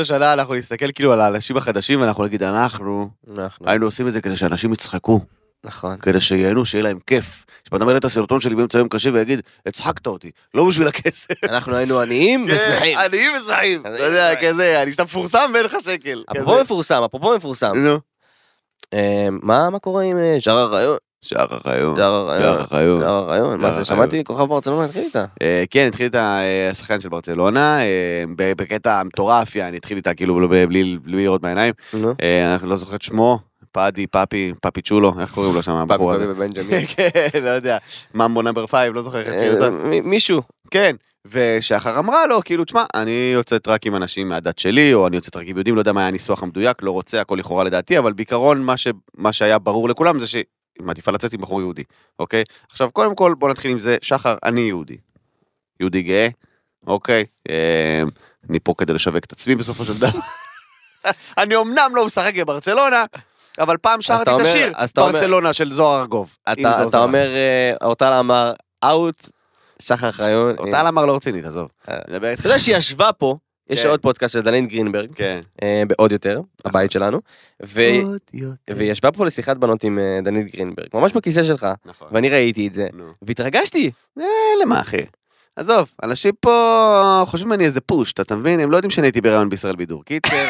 Speaker 2: 10-15 שנה אנחנו נסתכל כאילו על האנשים החדשים ואנחנו נגיד, אנחנו
Speaker 3: אנחנו-
Speaker 2: לא. היינו עושים את זה כדי שאנשים יצחקו,
Speaker 3: נכון.
Speaker 2: כדי שיהנו, שיהיה להם כיף. שבן אדם יראה את הסרטון שלי באמצע יום קשה ויגיד, הצחקת אותי, לא בשביל הכסף.
Speaker 3: אנחנו היינו עניים ושמחים.
Speaker 2: כן, עניים ושמחים. אתה
Speaker 3: עניים
Speaker 2: יודע,
Speaker 3: ושמחים.
Speaker 2: כזה, אני שאתה מפורסם ואין לך שקל.
Speaker 3: אפרופו מפורסם, אפרופו מפורסם.
Speaker 2: נו.
Speaker 3: אה, מה מה קורה עם אה, שער הרעיון?
Speaker 2: שער הרעיון.
Speaker 3: שער הרעיון.
Speaker 2: הרעיון.
Speaker 3: שער הרעיון. מה
Speaker 2: שער
Speaker 3: זה,
Speaker 2: הרעיון.
Speaker 3: שמעתי כוכב ברצלונה התחיל איתה.
Speaker 2: אה, כן, התחיל איתה אה, השחקן של ברצלונה, אה, ב- בקטע מטורף, יעני, התחיל איתה כאילו לא- בלי- בלי לראות מהעיניים.
Speaker 3: נו.
Speaker 2: אה, אני לא זוכר את שמו, פאדי, פאפי, פאפי צ'ולו, איך קוראים לו שם, הבחור הזה?
Speaker 3: פאבי בבנג'מין.
Speaker 2: כן, לא יודע, ממבו נאמבר פייב, לא זוכר איך התחיל אותה.
Speaker 3: אה, מ- מישהו.
Speaker 2: כן, ושחר אמרה לו, כאילו, תשמע, אני יוצאת רק עם אנשים מהדת שלי, או אני יוצאת רק עם יהודים, לא יודע מה היה הניסוח המדויק, לא רוצה, הכל לכאורה לדעתי, אבל בעיקרון מה, ש... מה שהיה ברור לכולם זה שהיא מעדיפה לצאת עם בחור יהודי, אוקיי? עכשיו, קודם כל, בוא נתחיל עם זה, שחר, אני יהודי. יהודי גאה, אוקיי? אה, אני פה כדי לשווק את עצמי בסופו של דבר. אני אמנם לא משחק בברצלונה, אבל פעם שרתי את
Speaker 3: אומר-
Speaker 2: השיר,
Speaker 3: אז אתה אומר-
Speaker 2: ברצלונה של זוהר ארגוב.
Speaker 3: אתה-
Speaker 2: עם זוהר
Speaker 3: אתה
Speaker 2: זרח.
Speaker 3: אומר, אה, אורטל אמר, אאוט, שחר חיון.
Speaker 2: אותה למר לא רצינית, עזוב.
Speaker 3: אה.
Speaker 2: אני מדבר איתך.
Speaker 3: אתה יודע שהיא ישבה פה, יש
Speaker 2: כן.
Speaker 3: עוד פודקאסט של דנית גרינברג,
Speaker 2: כן. נכון.
Speaker 3: אה, בעוד יותר, הבית שלנו, ו-
Speaker 2: עוד יותר.
Speaker 3: והיא ישבה פה לשיחת בנות עם אה, דנית גרינברג, ממש בכיסא שלך,
Speaker 2: נכון.
Speaker 3: ואני ראיתי את זה,
Speaker 2: נו.
Speaker 3: והתרגשתי.
Speaker 2: אה, למה אחי? עזוב, אנשים פה חושבים אני איזה פושט, אתה מבין? הם לא יודעים שאני הייתי בהיריון בישראל בידור. קיצר...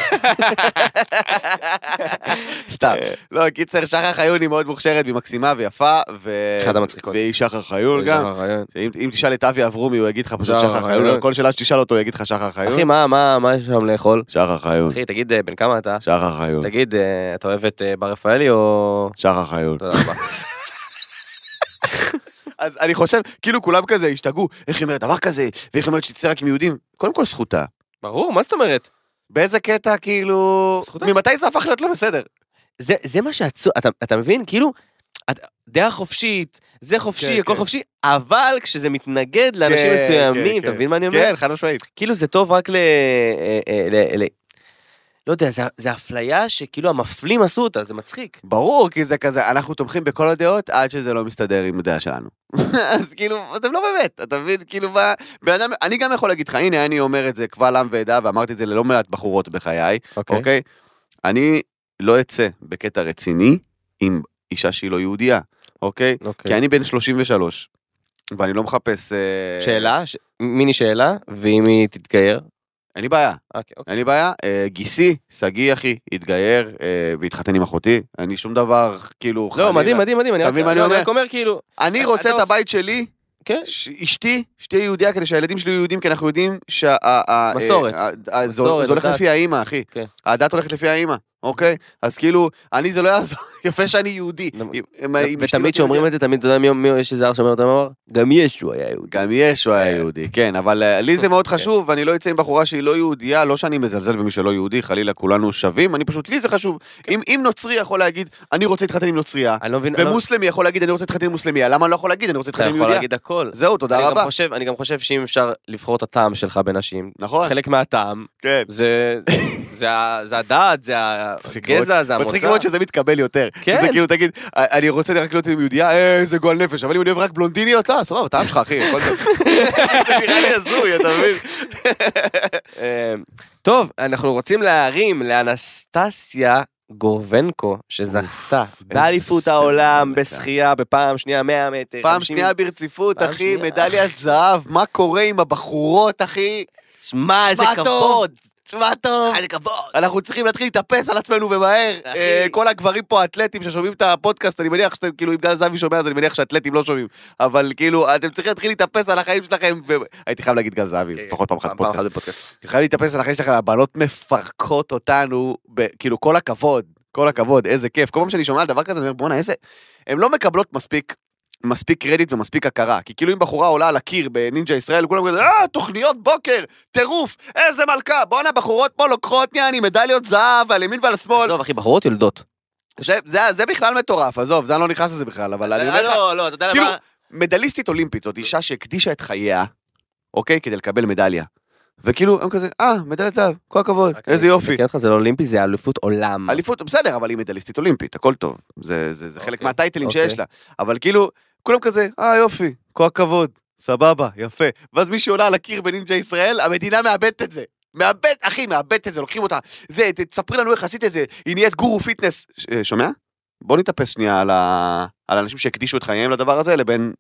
Speaker 2: סתם.
Speaker 3: אה.
Speaker 2: לא, קיצר, שחר חיון היא מאוד מוכשרת והיא מקסימה ויפה, ו...
Speaker 3: אחת המצחיקות.
Speaker 2: והיא שחר חיון גם. אם, אם תשאל את אבי אברומי, הוא יגיד לך פשוט
Speaker 3: לא,
Speaker 2: שחר חיון,
Speaker 3: לא.
Speaker 2: על כל שאלה שתשאל אותו, הוא יגיד לך שחר
Speaker 3: אחי,
Speaker 2: חיון.
Speaker 3: מה, מה, מה יש שם לאכול?
Speaker 2: שחר חיון,
Speaker 3: אחי, תגיד, אה, בן כמה אתה?
Speaker 2: שחר חיון,
Speaker 3: תגיד, אה, אתה אוהב את אה, בר רפאלי או...
Speaker 2: שחר חיון.
Speaker 3: תודה רבה.
Speaker 2: אז אני חושב, כאילו כולם כזה השתגעו, איך היא אומרת דבר כזה, ואיך היא אומרת שתצא רק עם יהודים. קודם כל זכותה.
Speaker 3: ברור, מה זאת אומרת?
Speaker 2: באיזה קטע, כאילו...
Speaker 3: זכותה.
Speaker 2: ממתי זה הפך להיות לא בסדר?
Speaker 3: זה, זה מה שעצוב, אתה, אתה מבין? כאילו, את, דעה חופשית, זה חופשי,
Speaker 2: כן,
Speaker 3: הכל
Speaker 2: כן.
Speaker 3: חופשי, אבל כשזה מתנגד לאנשים
Speaker 2: כן,
Speaker 3: מסוימים,
Speaker 2: כן,
Speaker 3: אתה
Speaker 2: כן.
Speaker 3: מבין מה אני אומר?
Speaker 2: כן, חד משמעית.
Speaker 3: כאילו זה טוב רק ל... אה, אה, ל, ל לא יודע, זה, זה אפליה שכאילו המפלים עשו אותה, זה מצחיק.
Speaker 2: ברור, כי זה כזה, אנחנו תומכים בכל הדעות עד שזה לא מסתדר עם הדעה שלנו. אז כאילו, אתם לא באמת, אתה מבין? כאילו, מה... בן אדם, אני גם יכול להגיד לך, הנה, אני אומר את זה קבל עם ועדה, ואמרתי את זה ללא מעט בחורות בחיי, אוקיי? אני לא אצא בקטע רציני עם אישה שהיא לא יהודייה, אוקיי? כי
Speaker 3: אוקיי.
Speaker 2: אני בן 33, ואני לא מחפש... אה,
Speaker 3: שאלה, ש... מיני שאלה, ואם היא תתגייר?
Speaker 2: אין לי בעיה,
Speaker 3: אוקיי, אוקיי.
Speaker 2: אין לי בעיה. אה, גיסי, שגיא אחי, התגייר אה, והתחתן עם אחותי. אני שום דבר, כאילו,
Speaker 3: לא, מדהים, מדהים, מדהים, אני
Speaker 2: אתה
Speaker 3: רק-
Speaker 2: מבין מה
Speaker 3: אני
Speaker 2: אני
Speaker 3: רק אומר כאילו,
Speaker 2: אני
Speaker 3: אתה
Speaker 2: רוצה את
Speaker 3: רוצה-
Speaker 2: הבית שלי,
Speaker 3: כן,
Speaker 2: ש- אשתי, שתהיה יהודייה כדי שהילדים שלי יהיו יהודים, כי אנחנו יודעים שה... ה- ה-
Speaker 3: מסורת.
Speaker 2: אה, ה- ה- זה
Speaker 3: מסורת,
Speaker 2: זה הולך
Speaker 3: הדת.
Speaker 2: לפי האימא, אחי.
Speaker 3: כן.
Speaker 2: הדת הולכת לפי האימא, אוקיי? אז כאילו, אני זה לא יעזור, יפה שאני יהודי.
Speaker 3: נכון.
Speaker 2: אם- אם- אם אשתי לא
Speaker 3: ותמיד
Speaker 2: תהיה
Speaker 3: כשאומרים
Speaker 2: יהודייה-
Speaker 3: את זה, תמיד, אתה יודע מי- מי יש איזה הר שאומר את המאמר? גם ישו היה יהודי.
Speaker 2: גם ישו היה יהודי, כן, אבל אה, לי זה מאוד חשוב, ואני לא אצא עם בחורה שהיא לא יהודייה, לא שאני מזלזל במי שלא יהודי, חלילה כולנו שווים, אני פשוט, לי זה חשוב. אם אם נוצרי יכול להגיד, אני רוצה להתחתן עם נוצרייה,
Speaker 3: אני לא מבין, אני לא-
Speaker 2: ומוסלמי יכול להגיד, אני רוצה להתחתן עם מוסלמיה, למה אני לא יכול להגיד, אני רוצה
Speaker 3: אתה
Speaker 2: להתחתן עם
Speaker 3: יכול
Speaker 2: יהודייה?
Speaker 3: להגיד הכל.
Speaker 2: זהו, תודה
Speaker 3: אני גם
Speaker 2: רבה.
Speaker 3: חושב, אני גם חושב שאם אפשר לבחור את הטעם שלך בנשים,
Speaker 2: נכון,
Speaker 3: חלק מהטעם
Speaker 2: כן.
Speaker 3: זה זה ה- זה הדעת, זה
Speaker 2: מצחיק מאוד-
Speaker 3: הגזע, זה
Speaker 2: מצחיק
Speaker 3: המוצא.
Speaker 2: מאוד שזה מתקבל יותר.
Speaker 3: כן.
Speaker 2: שזה כאילו, תגיד, אני רוצה רק להיות עם יהודייה, אה, איזה גועל נפש, אבל אם אני אוהב רק בלונדיניות, אה, סבבה, טעם שלך, אחי, הכל טוב. זה נראה לי הזוי, אתה מבין?
Speaker 3: אה, טוב, אנחנו רוצים להרים לאנסטסיה גובנקו, שזכתה באליפות
Speaker 2: איזה
Speaker 3: העולם
Speaker 2: מתה.
Speaker 3: בשחייה בפעם שנייה 100 מטר.
Speaker 2: פעם
Speaker 3: 50.
Speaker 2: שנייה ברציפות,
Speaker 3: פעם
Speaker 2: אחי,
Speaker 3: שנייה.
Speaker 2: מדליית זהב, מה קורה עם הבחורות, אחי?
Speaker 3: שמע, איזה
Speaker 2: שמע טוב.
Speaker 3: כבוד.
Speaker 2: תשמע טוב.
Speaker 3: איזה כבוד.
Speaker 2: אנחנו צריכים להתחיל להתאפס על עצמנו ומהר.
Speaker 3: אחי.
Speaker 2: אה, כל הגברים פה האתלטים ששומעים את הפודקאסט, אני מניח שאתם, כאילו, אם גל זהבי שומע, אז אני מניח שהאתלטים לא שומעים. אבל כאילו, אתם צריכים להתחיל להתאפס על החיים שלכם. ו- הייתי חייב להגיד גל
Speaker 3: כן,
Speaker 2: זהבי, אוקיי, לפחות פעם אחת בפודקאסט.
Speaker 3: בפודקאסט.
Speaker 2: אתם חייבים להתאפס על החיים שלכם, הבנות מפרקות אותנו, ב- כאילו כל הכבוד, כל הכבוד, איזה כיף. כל פעם שאני שומע על דבר כזה, אני אומר, בואנה, איזה... הן לא מקבלות מספיק, מספיק קרדיט ומספיק הכרה. כי כאילו אם בחורה עולה על הקיר בנינג'ה ישראל, כולם כזה, אה, תוכניות בוקר, טירוף, איזה מלכה, בואנה, בחורות פה לוקחות יעני מדליות זהב על ימין ועל שמאל.
Speaker 3: עזוב, אחי, בחורות יולדות.
Speaker 2: זה, זה, זה בכלל מטורף, עזוב, זה אני לא נכנס לזה בכלל, אבל אני אומר לך,
Speaker 3: לא, לא, אתה יודע
Speaker 2: כאילו,
Speaker 3: למה?
Speaker 2: מדליסטית אולימפית, זאת אישה שהקדישה את חייה, אוקיי? כדי לקבל מדליה. וכאילו, הם כזה, אה, מדליית זהב, כל הכבוד,
Speaker 3: רק
Speaker 2: איזה
Speaker 3: אני
Speaker 2: יופי.
Speaker 3: מתקן אותך, זה לא אולימפי, זה אליפות עולם.
Speaker 2: אליפות, בסדר, אבל היא מדליסטית אולימפית, הכל טוב. זה, זה, זה חלק
Speaker 3: אוקיי,
Speaker 2: מהטייטלים
Speaker 3: אוקיי.
Speaker 2: שיש לה. אבל כאילו, כולם כזה, אה, יופי, כל הכבוד, סבבה, יפה. ואז מישהי עולה על הקיר בנינג'ה ישראל, המדינה מאבדת את זה. מאבד, אחי, מאבדת את זה, לוקחים אותה. זה, ת- תספרי לנו איך עשית את זה, היא נהיית גורו פיטנס. ש- אה, שומע? בוא נתאפס שנייה על, ה... על האנשים שהקדישו את חייהם לדבר הזה, לבין...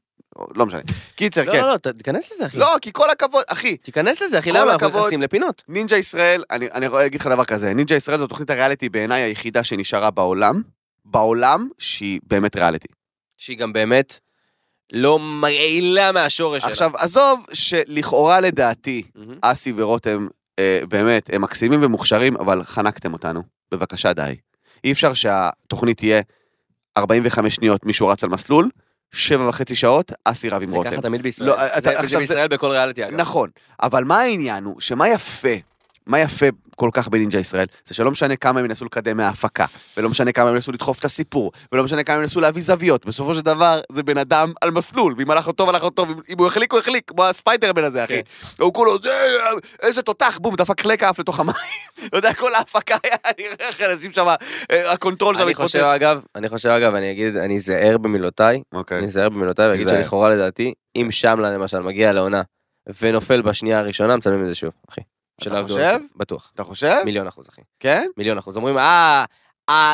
Speaker 2: לא משנה. קיצר,
Speaker 3: לא,
Speaker 2: כן.
Speaker 3: לא, לא, ת- תיכנס לזה, אחי.
Speaker 2: לא, כי כל הכבוד, אחי,
Speaker 3: תיכנס לזה, אחי,
Speaker 2: כל
Speaker 3: למה אנחנו
Speaker 2: הכבוד.
Speaker 3: נכנסים לפינות?
Speaker 2: נינג'ה ישראל, אני, אני רואה- אגיד לך דבר כזה, נינג'ה ישראל זו תוכנית הריאליטי בעיניי היחידה שנשארה בעולם, בעולם שהיא באמת ריאליטי.
Speaker 3: שהיא גם באמת לא מרעילה מהשורש שלה.
Speaker 2: עכשיו, עזוב שלכאורה לדעתי,
Speaker 3: מהמם.
Speaker 2: אסי ורותם, אה, באמת, הם מקסימים ומוכשרים, אבל חנקתם אותנו. בבקשה, די. אי אפשר שהתוכנית תהיה 45 שניות מישהו רץ על מסלול, שבע וחצי שעות, אסי רב עם
Speaker 3: זה
Speaker 2: רותם.
Speaker 3: ככה תמיד בישראל.
Speaker 2: לא, אתה-
Speaker 3: זה- זה
Speaker 2: עכשיו זה-
Speaker 3: בישראל בכל ריאליטי, אגב.
Speaker 2: נכון, אבל מה העניין הוא, שמה יפה, מה יפה כל כך בנינג'ה ישראל, זה שלא משנה כמה הם ינסו לקדם מההפקה, ולא משנה כמה הם ינסו לדחוף את הסיפור, ולא משנה כמה הם ינסו להביא זוויות, בסופו של דבר זה בן אדם על מסלול, ואם הלך לו טוב, הלך לו טוב, אם- אם הוא החליק, הוא החליק, כמו הספיידרמן הזה,
Speaker 3: כן.
Speaker 2: אחי. הוא כולו, "זה, איזה תותח, בום, דפק חלק עף לתוך המים. אתה יודע, כל ההפקה היה, אני רואה איך אנשים שם, אה, הקונטרול שם
Speaker 3: אני
Speaker 2: התפוצץ.
Speaker 3: חושב, אגב, אני חושב, אגב, אני אגיד, אני אזהר במילותיי, אני
Speaker 2: אוקיי,
Speaker 3: אזהר במילותיי, ואגיד
Speaker 2: תיזהר.
Speaker 3: שלכאורה לדעתי, אם שמלה למשל מגיע לעונה ונופל בשנייה הראשונה, מצלמים את זה שוב, אחי. של
Speaker 2: אתה
Speaker 3: הרב
Speaker 2: חושב?
Speaker 3: דורקין, בטוח.
Speaker 2: אתה חושב?
Speaker 3: מיליון אחוז, אחי.
Speaker 2: כן?
Speaker 3: מיליון אחוז. אומרים, אה, ה-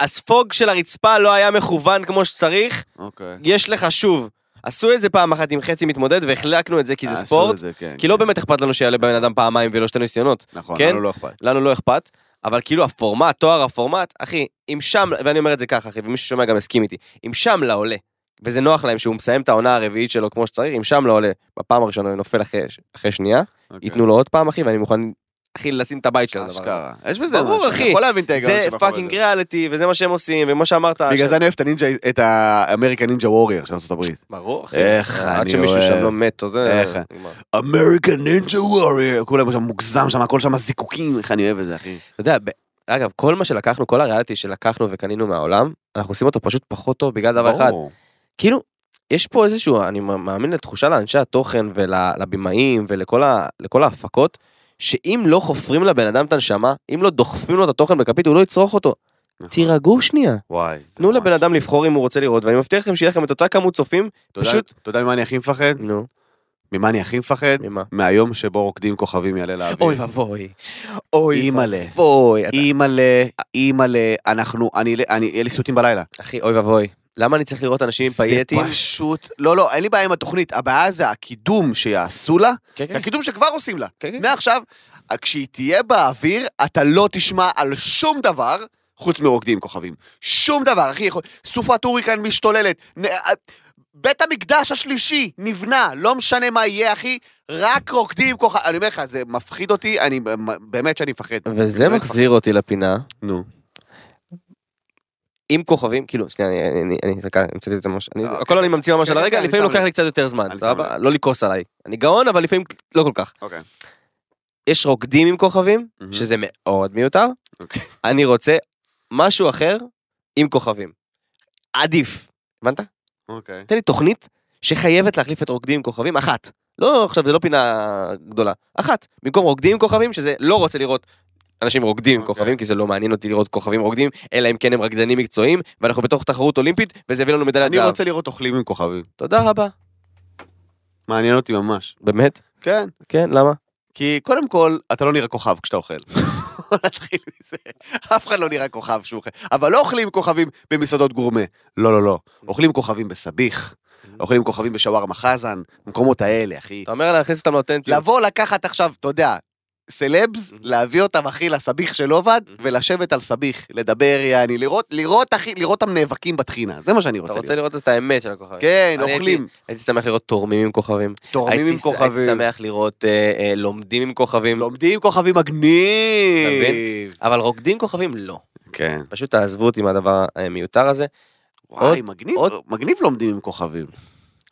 Speaker 3: הספוג של הרצפה לא היה מכוון כמו שצריך,
Speaker 2: אוקיי.
Speaker 3: יש לך שוב. עשו את זה פעם אחת עם חצי מתמודד והחלקנו את זה כי זה
Speaker 2: אה, עשו
Speaker 3: ספורט.
Speaker 2: את זה, כן,
Speaker 3: כי לא
Speaker 2: כן.
Speaker 3: באמת אכפת לנו שיעלה בן אדם פעמיים ולא שתי ניסיונות.
Speaker 2: נכון,
Speaker 3: כן?
Speaker 2: לנו לא אכפת.
Speaker 3: לנו לא אכפת, אבל כאילו הפורמט, תואר הפורמט, אחי, אם שם, ואני אומר את זה ככה, אחי, ומי ששומע גם יסכים איתי, אם שם לעולה, וזה נוח להם שהוא מסיים את העונה הרביעית שלו כמו שצריך, אם שם לעולה, בפעם הראשונה הוא נופל אחרי, אחרי שנייה,
Speaker 2: אוקיי.
Speaker 3: ייתנו לו עוד פעם, אחי, ואני מוכן, אחי, לשים את הבית של הדבר הזה.
Speaker 2: אשכרה. יש בזה
Speaker 3: ברור,
Speaker 2: משהו,
Speaker 3: אחי.
Speaker 2: אני יכול להבין את ההיגיון
Speaker 3: זה
Speaker 2: שמאחורי
Speaker 3: פאקינג ריאליטי, וזה מה שהם עושים, ומה שאמרת...
Speaker 2: בגלל
Speaker 3: עכשיו-
Speaker 2: זה אני אוהב את הנינג'ה, את האמריקן נינג'ה וורייר של ארה"ב.
Speaker 3: ברור, אחי.
Speaker 2: איך
Speaker 3: עד
Speaker 2: אני
Speaker 3: שמישהו
Speaker 2: אוהב.
Speaker 3: שם לא מת, או זה...
Speaker 2: איך?
Speaker 3: נגמר. אתה
Speaker 2: אמריקן נינג'ה וורייר. כולם שם מוגזם שם, הכל שם זיקוקים, איך אני אוהב את זה, אחי.
Speaker 3: יודע, ב- אגב, כל מה שלקחנו, כל הריאליטי שלקחנו וקנינו מהעולם, אנחנו עושים אותו פשוט פחות טוב בגלל דבר אחד.
Speaker 2: ברור.
Speaker 3: כאילו, יש פה איזשהו, אני מאמין לתחושה לאנשי התוכן ולבימאים ולכל ה, לכל ההפקות, שאם לא חופרים לבן אדם את הנשמה, אם לא דוחפים לו את התוכן בכפית, הוא לא יצרוך אותו.
Speaker 2: נכון.
Speaker 3: תירגעו שנייה.
Speaker 2: וואי. זה
Speaker 3: תנו
Speaker 2: ממש-
Speaker 3: לבן אדם לבחור אם הוא רוצה לראות, ואני מבטיח לכם שיהיה לכם את אותה כמות צופים,
Speaker 2: אתה יודע-
Speaker 3: פשוט-
Speaker 2: אתה יודע ממה אני הכי מפחד?
Speaker 3: נו,
Speaker 2: ממה אני הכי מפחד?
Speaker 3: ממה?
Speaker 2: מהיום שבו רוקדים כוכבים יעלה לאוויר.
Speaker 3: אוי ואבוי. אוי
Speaker 2: אימא'לה.
Speaker 3: ואבוי. אתה-
Speaker 2: אימא'לה, אימא'לה, אנחנו, אני, אני, יהיה לי סוטים בלילה.
Speaker 3: אחי, אוי ואבוי. למה אני צריך לראות אנשים עם פייטים?
Speaker 2: זה פשוט, לא, לא, אין לי בעיה עם התוכנית, הבעיה זה הקידום שיעשו לה,
Speaker 3: כן, כן,
Speaker 2: הקידום שכבר עושים לה.
Speaker 3: כן, כן.
Speaker 2: מעכשיו, כשהיא תהיה באוויר, אתה לא תשמע על שום דבר. חוץ מרוקדים כוכבים. שום דבר, אחי. יכול- סופת הוריקן משתוללת. נ- אה, בית המקדש השלישי נבנה, לא משנה מה יהיה, אחי. רק רוקדים כוכבים. אני אומר לך, זה מפחיד אותי, אני באמת שאני מפחד.
Speaker 3: וזה
Speaker 2: באמת
Speaker 3: מחזיר אותי לפינה.
Speaker 2: נו.
Speaker 3: עם כוכבים, כאילו, שנייה, אני- אני- אני- אני, דקה, המצאתי את זה ממש, אני-
Speaker 2: אוקיי.
Speaker 3: הכל אני ממציא ממש
Speaker 2: כן,
Speaker 3: על
Speaker 2: כן,
Speaker 3: הרגע,
Speaker 2: כן, אני
Speaker 3: לפעמים
Speaker 2: שם
Speaker 3: לוקח
Speaker 2: לב.
Speaker 3: לי קצת יותר זמן,
Speaker 2: אני שם
Speaker 3: סבבה? לא לכעוס עליי. אני גאון, אבל לפעמים לא כל כך.
Speaker 2: אוקיי.
Speaker 3: יש רוקדים עם כוכבים,
Speaker 2: מהמם.
Speaker 3: שזה מאוד מיותר.
Speaker 2: אוקיי.
Speaker 3: אני רוצה משהו אחר עם כוכבים. עדיף. הבנת?
Speaker 2: אוקיי.
Speaker 3: תן לי תוכנית שחייבת להחליף את רוקדים עם כוכבים, אחת. לא, עכשיו זה לא פינה גדולה. אחת. במקום רוקדים עם כוכבים, שזה לא רוצה לראות אנשים רוקדים עם
Speaker 2: אוקיי.
Speaker 3: כוכבים, כי זה לא מעניין אותי לראות כוכבים רוקדים, אלא אם כן הם רקדנים מקצועיים, ואנחנו בתוך תחרות אולימפית, וזה יביא לנו מדליית
Speaker 2: אני
Speaker 3: זהב.
Speaker 2: רוצה לראות אוכלים עם כוכבים.
Speaker 3: תודה רבה.
Speaker 2: מעניין אותי ממש.
Speaker 3: באמת?
Speaker 2: כן.
Speaker 3: כן, למה?
Speaker 2: כי קודם כל, אתה לא נראה כוכב כשאתה אוכל. בוא נתחיל מזה. אף אחד לא נראה כוכב שהוא אוכל. אבל לא אוכלים כוכבים במסעדות גורמה. לא, לא, לא. אוכלים כוכבים בסביח.
Speaker 3: Mm-hmm.
Speaker 2: אוכלים כוכבים בשווארמה חזן. במקומות האלה, אחי.
Speaker 3: אתה אומר להכניס אותם לאותנטיות.
Speaker 2: לבוא לקחת עכשיו, אתה יודע, סלבס,
Speaker 3: Mhm.
Speaker 2: להביא אותם, אחי, לסביח של עובד,
Speaker 3: Mhm.
Speaker 2: ולשבת על סביח, לדבר, יעני, לראות, לראות, אחי, לראות אותם נאבקים בטחינה. זה מה שאני
Speaker 3: אתה
Speaker 2: רוצה
Speaker 3: רוצה
Speaker 2: לראות.
Speaker 3: לראות את האמת של הכוכבים.
Speaker 2: כן,
Speaker 3: אני
Speaker 2: אוכלים.
Speaker 3: הייתי שמח לראות תורמים עם כוכבים.
Speaker 2: תורמים עם
Speaker 3: הייתי ש- הייתי
Speaker 2: כוכבים.
Speaker 3: שמח לראות אה, אה, לומדים עם כוכבים.
Speaker 2: לומדים כוכבים
Speaker 3: אתה
Speaker 2: מגניב.
Speaker 3: אבל רוקדים עם כוכבים לא.
Speaker 2: כן.
Speaker 3: פשוט תעזבו אותי מהדבר
Speaker 2: אה,
Speaker 3: המיותר הזה.
Speaker 2: וואי,
Speaker 3: עוד-
Speaker 2: מגניב,
Speaker 3: עוד-
Speaker 2: מגניב לומדים עם כוכבים.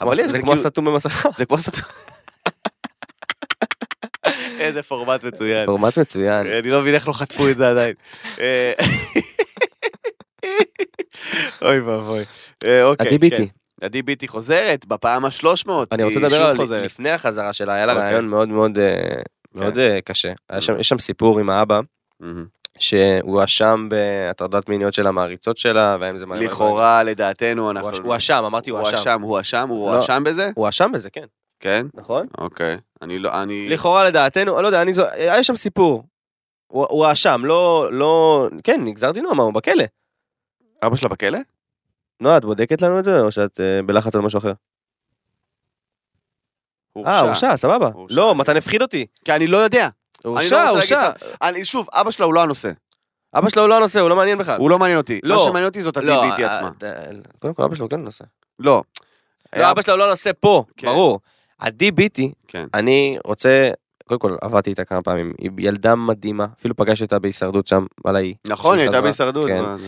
Speaker 2: אבל יש, כאילו-
Speaker 3: זה כאילו- כמו סתום במסכה.
Speaker 2: זה כמו סטו... איזה פורמט מצוין.
Speaker 3: פורמט מצוין.
Speaker 2: אני לא מבין איך לא חטפו את זה עדיין. אה, אוי ואבוי. אה, אוקיי,
Speaker 3: עדי ביטי,
Speaker 2: כן. עדי ביטי חוזרת בפעם השלוש מאות.
Speaker 3: אני רוצה
Speaker 2: היא
Speaker 3: לדבר
Speaker 2: שוב
Speaker 3: על
Speaker 2: חוזרת.
Speaker 3: לפני החזרה שלה, היה לה
Speaker 2: אוקיי. כן.
Speaker 3: רעיון מאוד מאוד אה, מאוד אה, קשה. היה שם- יש שם סיפור עם האבא,
Speaker 2: מהמם.
Speaker 3: שהוא הואשם בהטרדת מיניות של המעריצות שלה, והאם זה... מעניין.
Speaker 2: לכאורה, נכון. לדעתנו,
Speaker 3: הוא
Speaker 2: אנחנו...
Speaker 3: הואש- הוא הואשם, אמרתי הוא
Speaker 2: הוא
Speaker 3: הואשם.
Speaker 2: אשם, הוא אשם, הוא
Speaker 3: לא.
Speaker 2: אשם בזה?
Speaker 3: הוא הואשם בזה, כן.
Speaker 2: כן,
Speaker 3: נכון?
Speaker 2: אוקיי. אני לא, אני...
Speaker 3: לכאורה לדעתנו, לא יודע, אני זו... היה שם סיפור. הוא הוא הואשם, לא... לא... כן, נגזר דינו, מה הוא בכלא.
Speaker 2: אבא שלה בכלא?
Speaker 3: אה, נועה, את בודקת לנו את זה, או שאת אה, בלחץ על משהו אחר? אה, הורשע, סבבה.
Speaker 2: הורשע.
Speaker 3: לא, מתן הפחיד אותי.
Speaker 2: כי אני לא יודע.
Speaker 3: הורשע,
Speaker 2: רוצה להגיד
Speaker 3: הורשע.
Speaker 2: אני, שוב, אבא שלה הוא לא הנושא.
Speaker 3: אבא שלו הוא לא הנושא, הוא לא מעניין בכלל.
Speaker 2: הוא לא מעניין אותי.
Speaker 3: לא.
Speaker 2: מה שמעניין אותי זאת
Speaker 3: לא,
Speaker 2: הדיביטי
Speaker 3: אה,
Speaker 2: עצמה.
Speaker 3: אה, קודם כל אבא שלו כן נושא.
Speaker 2: לא.
Speaker 3: לא, אבא שלו לא נושא פה,
Speaker 2: כן.
Speaker 3: ברור. עדי ביטי,
Speaker 2: כן.
Speaker 3: אני רוצה, קודם כל עבדתי איתה כמה פעמים, היא ילדה מדהימה, אפילו פגשתי אותה בהישרדות שם, על האי.
Speaker 2: נכון, היא
Speaker 3: שהיא
Speaker 2: הייתה
Speaker 3: חזרה.
Speaker 2: בהישרדות.
Speaker 3: כן.
Speaker 2: מה זה?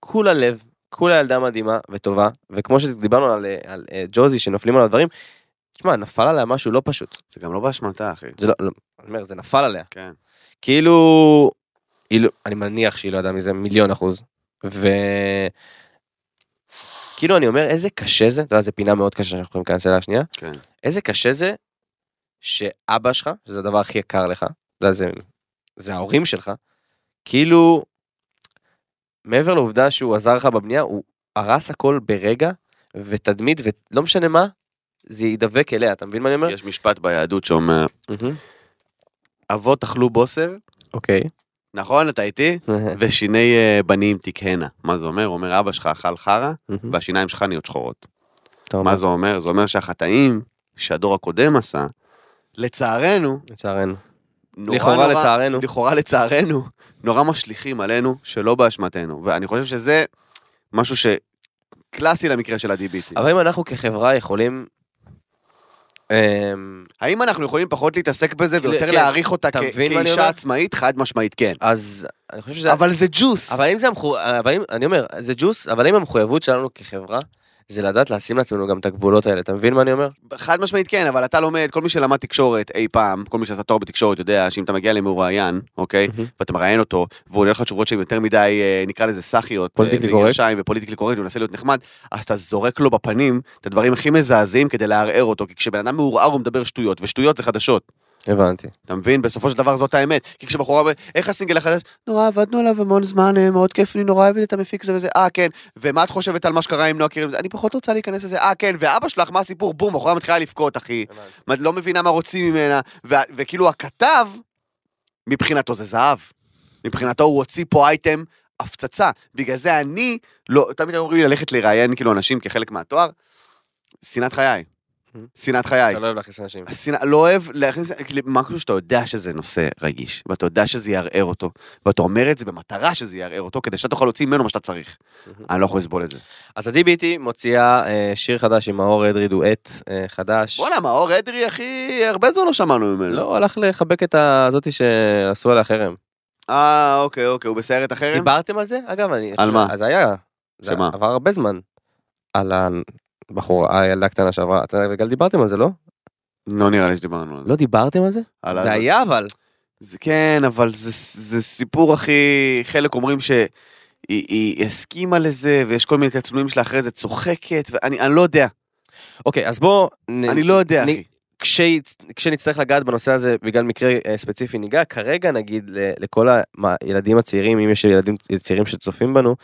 Speaker 3: כולה לב, כולה ילדה מדהימה וטובה, וכמו שדיברנו על, אה, על אה, ג'וזי שנופלים עליו דברים, תשמע, נפל עליה משהו לא פשוט.
Speaker 2: זה גם לא באשמתה, אחי.
Speaker 3: זה לא, לא, אני אומר, זה נפל עליה.
Speaker 2: כן.
Speaker 3: כאילו, היא לא, אני מניח שהיא לא ידעה מזה מיליון אחוז. ו... כאילו, אני אומר, איזה קשה זה, אתה יודע, זו פינה מאוד קשה שאנחנו יכולים להיכנס אליה שנייה.
Speaker 2: כן.
Speaker 3: איזה קשה זה שאבא שלך, שזה הדבר הכי יקר לך, אתה יודע, זה, זה ההורים שלך, כאילו, מעבר לעובדה שהוא עזר לך בבנייה, הוא הרס הכל ברגע, ותדמית, ולא משנה מה, זה יידבק אליה, אתה מבין מה אני אומר?
Speaker 2: יש משפט ביהדות שאומר,
Speaker 3: מהמם.
Speaker 2: אבות אכלו בוסר,
Speaker 3: אוקיי.
Speaker 2: נכון? אתה איתי? ושיני אה, בנים תקהנה. מה זה אומר? אומר אבא שלך אכל חרא,
Speaker 3: Mm-hmm.
Speaker 2: והשיניים שלך נהיות שחורות.
Speaker 3: אוקיי.
Speaker 2: מה זה אומר? זה אומר שהחטאים שהדור הקודם עשה, לצערנו,
Speaker 3: לצערנו.
Speaker 2: נורא
Speaker 3: לכאורה
Speaker 2: נורא,
Speaker 3: לצערנו.
Speaker 2: לכאורה לצערנו, נורא משליכים עלינו שלא באשמתנו. ואני חושב שזה משהו שקלאסי למקרה של הדיביטי.
Speaker 3: אבל אם אנחנו כחברה יכולים... אמ,
Speaker 2: האם אנחנו יכולים פחות להתעסק בזה
Speaker 3: כאילו,
Speaker 2: ויותר
Speaker 3: כן.
Speaker 2: להעריך אותה
Speaker 3: אתה
Speaker 2: כ-
Speaker 3: מבין מה אני
Speaker 2: כאישה
Speaker 3: אומר?
Speaker 2: עצמאית? חד משמעית כן.
Speaker 3: אז אני חושב שזה...
Speaker 2: אבל זה ג'וס.
Speaker 3: אבל אם זה המחו... אבל אם... אני אומר, זה ג'וס, אבל אם המחויבות שלנו כחברה, זה לדעת לשים לעצמנו גם את הגבולות האלה, אתה מבין מה אני אומר?
Speaker 2: חד משמעית כן, אבל אתה לומד, כל מי שלמד תקשורת אי פעם, כל מי שעשה תואר בתקשורת יודע שאם אתה מגיע למרואיין, אוקיי,
Speaker 3: מהמם.
Speaker 2: ואתה מראיין אותו, והוא עונה לך תשובות שהן יותר מדי, אה, נקרא לזה סאחיות, אה,
Speaker 3: פוליטיקלי קורקט.
Speaker 2: בגרשיים, ופוליטיקלי קורקט, ומנסה להיות נחמד, אז אתה זורק לו בפנים את הדברים הכי מזעזעים כדי לערער אותו, כי כשבן אדם מעורער הוא מדבר שטויות, ושטויות זה חדשות.
Speaker 3: הבנתי.
Speaker 2: אתה מבין? בסופו של דבר זאת האמת. כי כשבחורה אומרת, איך הסינגל החדש? נורא עבדנו עליו המון זמן, אה, מאוד כיף לי, נורא אוהבת את המפיק זה וזה, אה כן. ומה את חושבת על מה שקרה עם נועה קירל? אני פחות רוצה להיכנס לזה, אה כן. ואבא שלך, מה הסיפור? בום, בחורה מתחילה לבכות, אחי. מה, את לא מבינה מה רוצים ממנה. ו- וכאילו הכתב, מבחינתו זה זהב. מבחינתו הוא הוציא פה אייטם הפצצה. בגלל זה אני, לא, תמיד אומרים לי ללכת לראיין כאילו אנשים כחלק מהתואר. שנאת חיי. שנאת חיי.
Speaker 3: Hmm? אתה לא אוהב להכניס אנשים.
Speaker 2: השנאה, לא אוהב להכניס, כאילו, משהו שאתה יודע שזה נושא רגיש, ואתה יודע שזה יערער אותו, ואתה אומר את זה במטרה שזה יערער אותו, כדי שאתה תוכל להוציא ממנו מה שאתה צריך.
Speaker 3: מהמם.
Speaker 2: אני לא יכול לסבול את זה.
Speaker 3: אז ה-DBT מוציאה אה, שיר חדש עם מאור אדרי דואט אה, חדש.
Speaker 2: בואנה, מאור אדרי, אחי, הרבה זמן לא שמענו ממנו.
Speaker 3: לא, הלך לחבק את הזאתי שעשו עליה חרם.
Speaker 2: אה, אוקיי, אוקיי, הוא בסיירת החרם?
Speaker 3: דיברתם על זה? אגב, אני...
Speaker 2: על מה?
Speaker 3: אז היה. זה
Speaker 2: שמה?
Speaker 3: עבר הרבה זמן. על הבחורה, הילדה הקטנה שעברה. אתה וגם דיברתם על זה, לא?
Speaker 2: לא נראה לי שדיברנו על זה.
Speaker 3: לא דיברתם על זה?
Speaker 2: על ה-
Speaker 3: זה היה אבל.
Speaker 2: זה כן, אבל זה, זה סיפור הכי... חלק אומרים שהיא היא הסכימה לזה, ויש כל מיני תצלומים שלה אחרי זה צוחקת, ואני אני לא יודע.
Speaker 3: אוקיי, אז בוא... נ-
Speaker 2: אני לא יודע,
Speaker 3: אני-
Speaker 2: אחי.
Speaker 3: כשי- כשנצטרך לגעת בנושא הזה בגלל מקרה אה, ספציפי ניגע, כרגע נגיד ל- לכל ה- מה, הילדים הצעירים, אם יש ילדים צעירים שצופים בנו,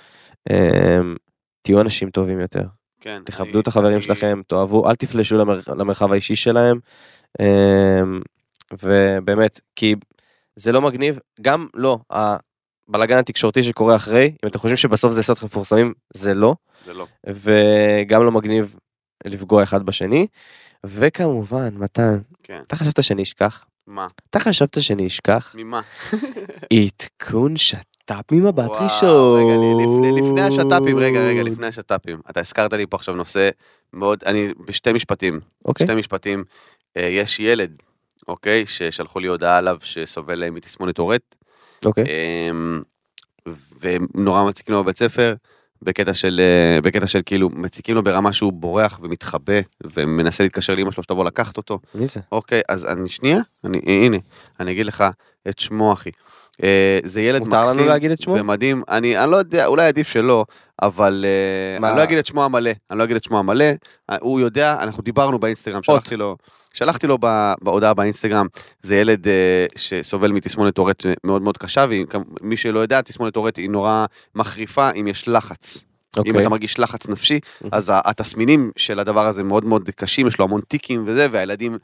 Speaker 3: אה, תהיו אנשים טובים יותר.
Speaker 2: כן.
Speaker 3: תכבדו
Speaker 2: אני-
Speaker 3: את החברים
Speaker 2: אני-
Speaker 3: שלכם, תאהבו, אל תפלשו למר- למרחב האישי שלהם. אמ, ובאמת, כי זה לא מגניב, גם לא, הבלגן התקשורתי שקורה אחרי, אם אתם חושבים שבסוף זה יעשה אתכם מפורסמים, זה לא,
Speaker 2: זה לא.
Speaker 3: וגם לא מגניב לפגוע אחד בשני. וכמובן, מתן,
Speaker 2: כן.
Speaker 3: אתה חשבת שאני אשכח?
Speaker 2: מה?
Speaker 3: אתה חשבת שאני אשכח?
Speaker 2: ממה?
Speaker 3: עדכון שת"פ ממבט
Speaker 2: וואו,
Speaker 3: ראשון.
Speaker 2: רגע, לי- לפני, לפני השת"פים, רגע, רגע, לפני השת"פים. אתה הזכרת לי פה עכשיו נושא מאוד, אני בשתי משפטים,
Speaker 3: אוקיי.
Speaker 2: שתי משפטים. אה, יש ילד, אוקיי, ששלחו לי הודעה עליו שסובל אה, מתסמונת טורט,
Speaker 3: אוקיי.
Speaker 2: אמ, ונורא מציקים לו בבית ספר, בקטע של, אה, בקטע של כאילו, מציקים לו ברמה שהוא בורח ומתחבא, ומנסה להתקשר לאמא שלו שתבוא לקחת אותו.
Speaker 3: מי זה?
Speaker 2: אוקיי, אז אני שנייה, אני, הנה, אני אגיד לך את שמו, אחי. אה, זה ילד
Speaker 3: מותר
Speaker 2: מקסים.
Speaker 3: לנו להגיד את שמו?
Speaker 2: ומדהים, אני, אני לא יודע, אולי עדיף שלא, אבל אה,
Speaker 3: מה?
Speaker 2: אני לא אגיד את שמו המלא, אני לא אגיד את שמו המלא, אה, הוא יודע, אנחנו דיברנו באינסטגרם, שלחתי לו, שלחתי לו ב- בהודעה באינסטגרם, זה ילד אה, שסובל מתסמונת טורט מאוד מאוד קשה, ומי שלא יודע, תסמונת טורט היא נורא מחריפה אם יש לחץ. אם
Speaker 3: אוקיי.
Speaker 2: אתה מרגיש לחץ נפשי,
Speaker 3: Mhm.
Speaker 2: אז ה- התסמינים של הדבר הזה מאוד מאוד קשים, יש לו המון טיקים וזה, והילדים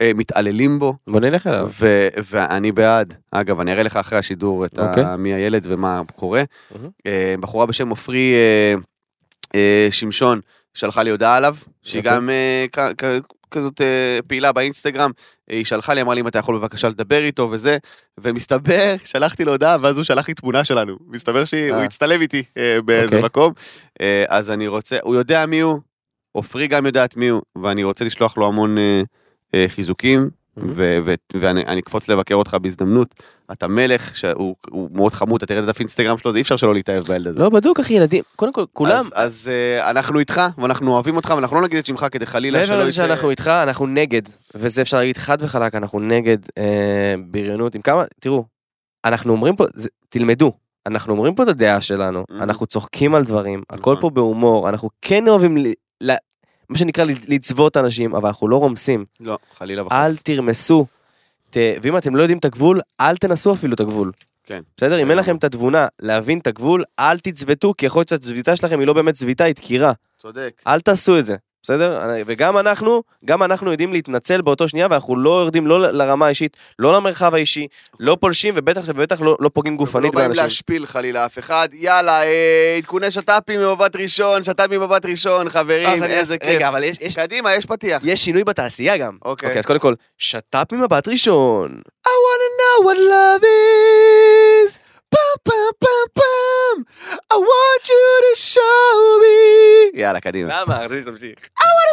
Speaker 2: אה, מתעללים בו,
Speaker 3: בוא נלך אליו.
Speaker 2: ו- ואני בעד. אגב, אני אראה לך אחרי השידור את ה-
Speaker 3: אוקיי.
Speaker 2: מי הילד ומה קורה.
Speaker 3: Mhm.
Speaker 2: אה, בחורה בשם עופרי אה, אה, שמשון שלחה לי הודעה עליו, שהיא
Speaker 3: אוקיי.
Speaker 2: גם אה, כ- כ- כזאת אה, פעילה באינסטגרם, אה, היא שלחה לי, אמרה לי אם אתה יכול בבקשה לדבר איתו וזה, ומסתבר, שלחתי לו הודעה, ואז הוא שלח לי תמונה שלנו. מסתבר שהוא
Speaker 3: אה.
Speaker 2: הצטלם איתי אה, באיזה
Speaker 3: אוקיי.
Speaker 2: מקום, אה, אז אני רוצה, הוא יודע מי הוא, עופרי גם יודעת מי הוא, ואני רוצה לשלוח לו המון אה, אה, חיזוקים. ו- ו- ואני אני אקפוץ לבקר אותך בהזדמנות. אתה מלך, שהוא הוא מאוד חמוד, אתה תראה את הדף אינסטגרם שלו, אז אי אפשר שלא להתאהב בילד הזה.
Speaker 3: לא, בדוק, אחי, ילדים, קודם כל, כולם,
Speaker 2: אז, אז אה, אנחנו איתך, ואנחנו אוהבים אותך, ואנחנו לא נגיד את שמך כדי חלילה
Speaker 3: מעבר
Speaker 2: שלא
Speaker 3: לזה
Speaker 2: יצא...
Speaker 3: שאנחנו איתך, אנחנו נגד, וזה אפשר להגיד חד וחלק, אנחנו נגד אה, בריונות, עם כמה, תראו, אנחנו אומרים פה, זה, תלמדו, אנחנו אומרים פה את הדעה שלנו,
Speaker 2: Mhm.
Speaker 3: אנחנו צוחקים על דברים, הכל
Speaker 2: נכון.
Speaker 3: פה בהומור, אנחנו כן אוהבים, ל, ל, מה שנקרא, ל- לצבות אנשים, אבל אנחנו לא רומסים,
Speaker 2: לא, חלילה וחס.
Speaker 3: אל תרמסו, ת, ואם אתם לא יודעים את הגבול, אל תנסו אפילו את הגבול.
Speaker 2: כן.
Speaker 3: בסדר? אם אין לכם את התבונה להבין את הגבול, אל תצבטו, כי יכול להיות שהצביטה שלכם היא לא באמת צביטה, היא דקירה.
Speaker 2: צודק.
Speaker 3: אל תעשו את זה. בסדר? אני- וגם אנחנו, גם אנחנו יודעים להתנצל באותו שנייה, ואנחנו לא יורדים לא ל- לרמה האישית, לא למרחב האישי, לא פולשים, ובטח ובטח לא, לא פוגעים
Speaker 2: לא
Speaker 3: גופנית
Speaker 2: באים
Speaker 3: באנשים.
Speaker 2: להשפיל חלילה אף אחד. יאללה, אה, עדכוני שת"פים ממבט ראשון, שת"פים ממבט ראשון, חברים,
Speaker 3: אז אני-
Speaker 2: איזה כיף.
Speaker 3: רגע, אבל יש, יש,
Speaker 2: קדימה, יש פתיח.
Speaker 3: יש שינוי בתעשייה גם.
Speaker 2: אוקיי.
Speaker 3: אוקיי, אז קודם כל, שת"פ ממבט ראשון. I wanna know what love is.
Speaker 2: פעם, פעם, פעם, פעם, I want you to show me. יאללה, קדימה.
Speaker 3: למה? אז תמשיך.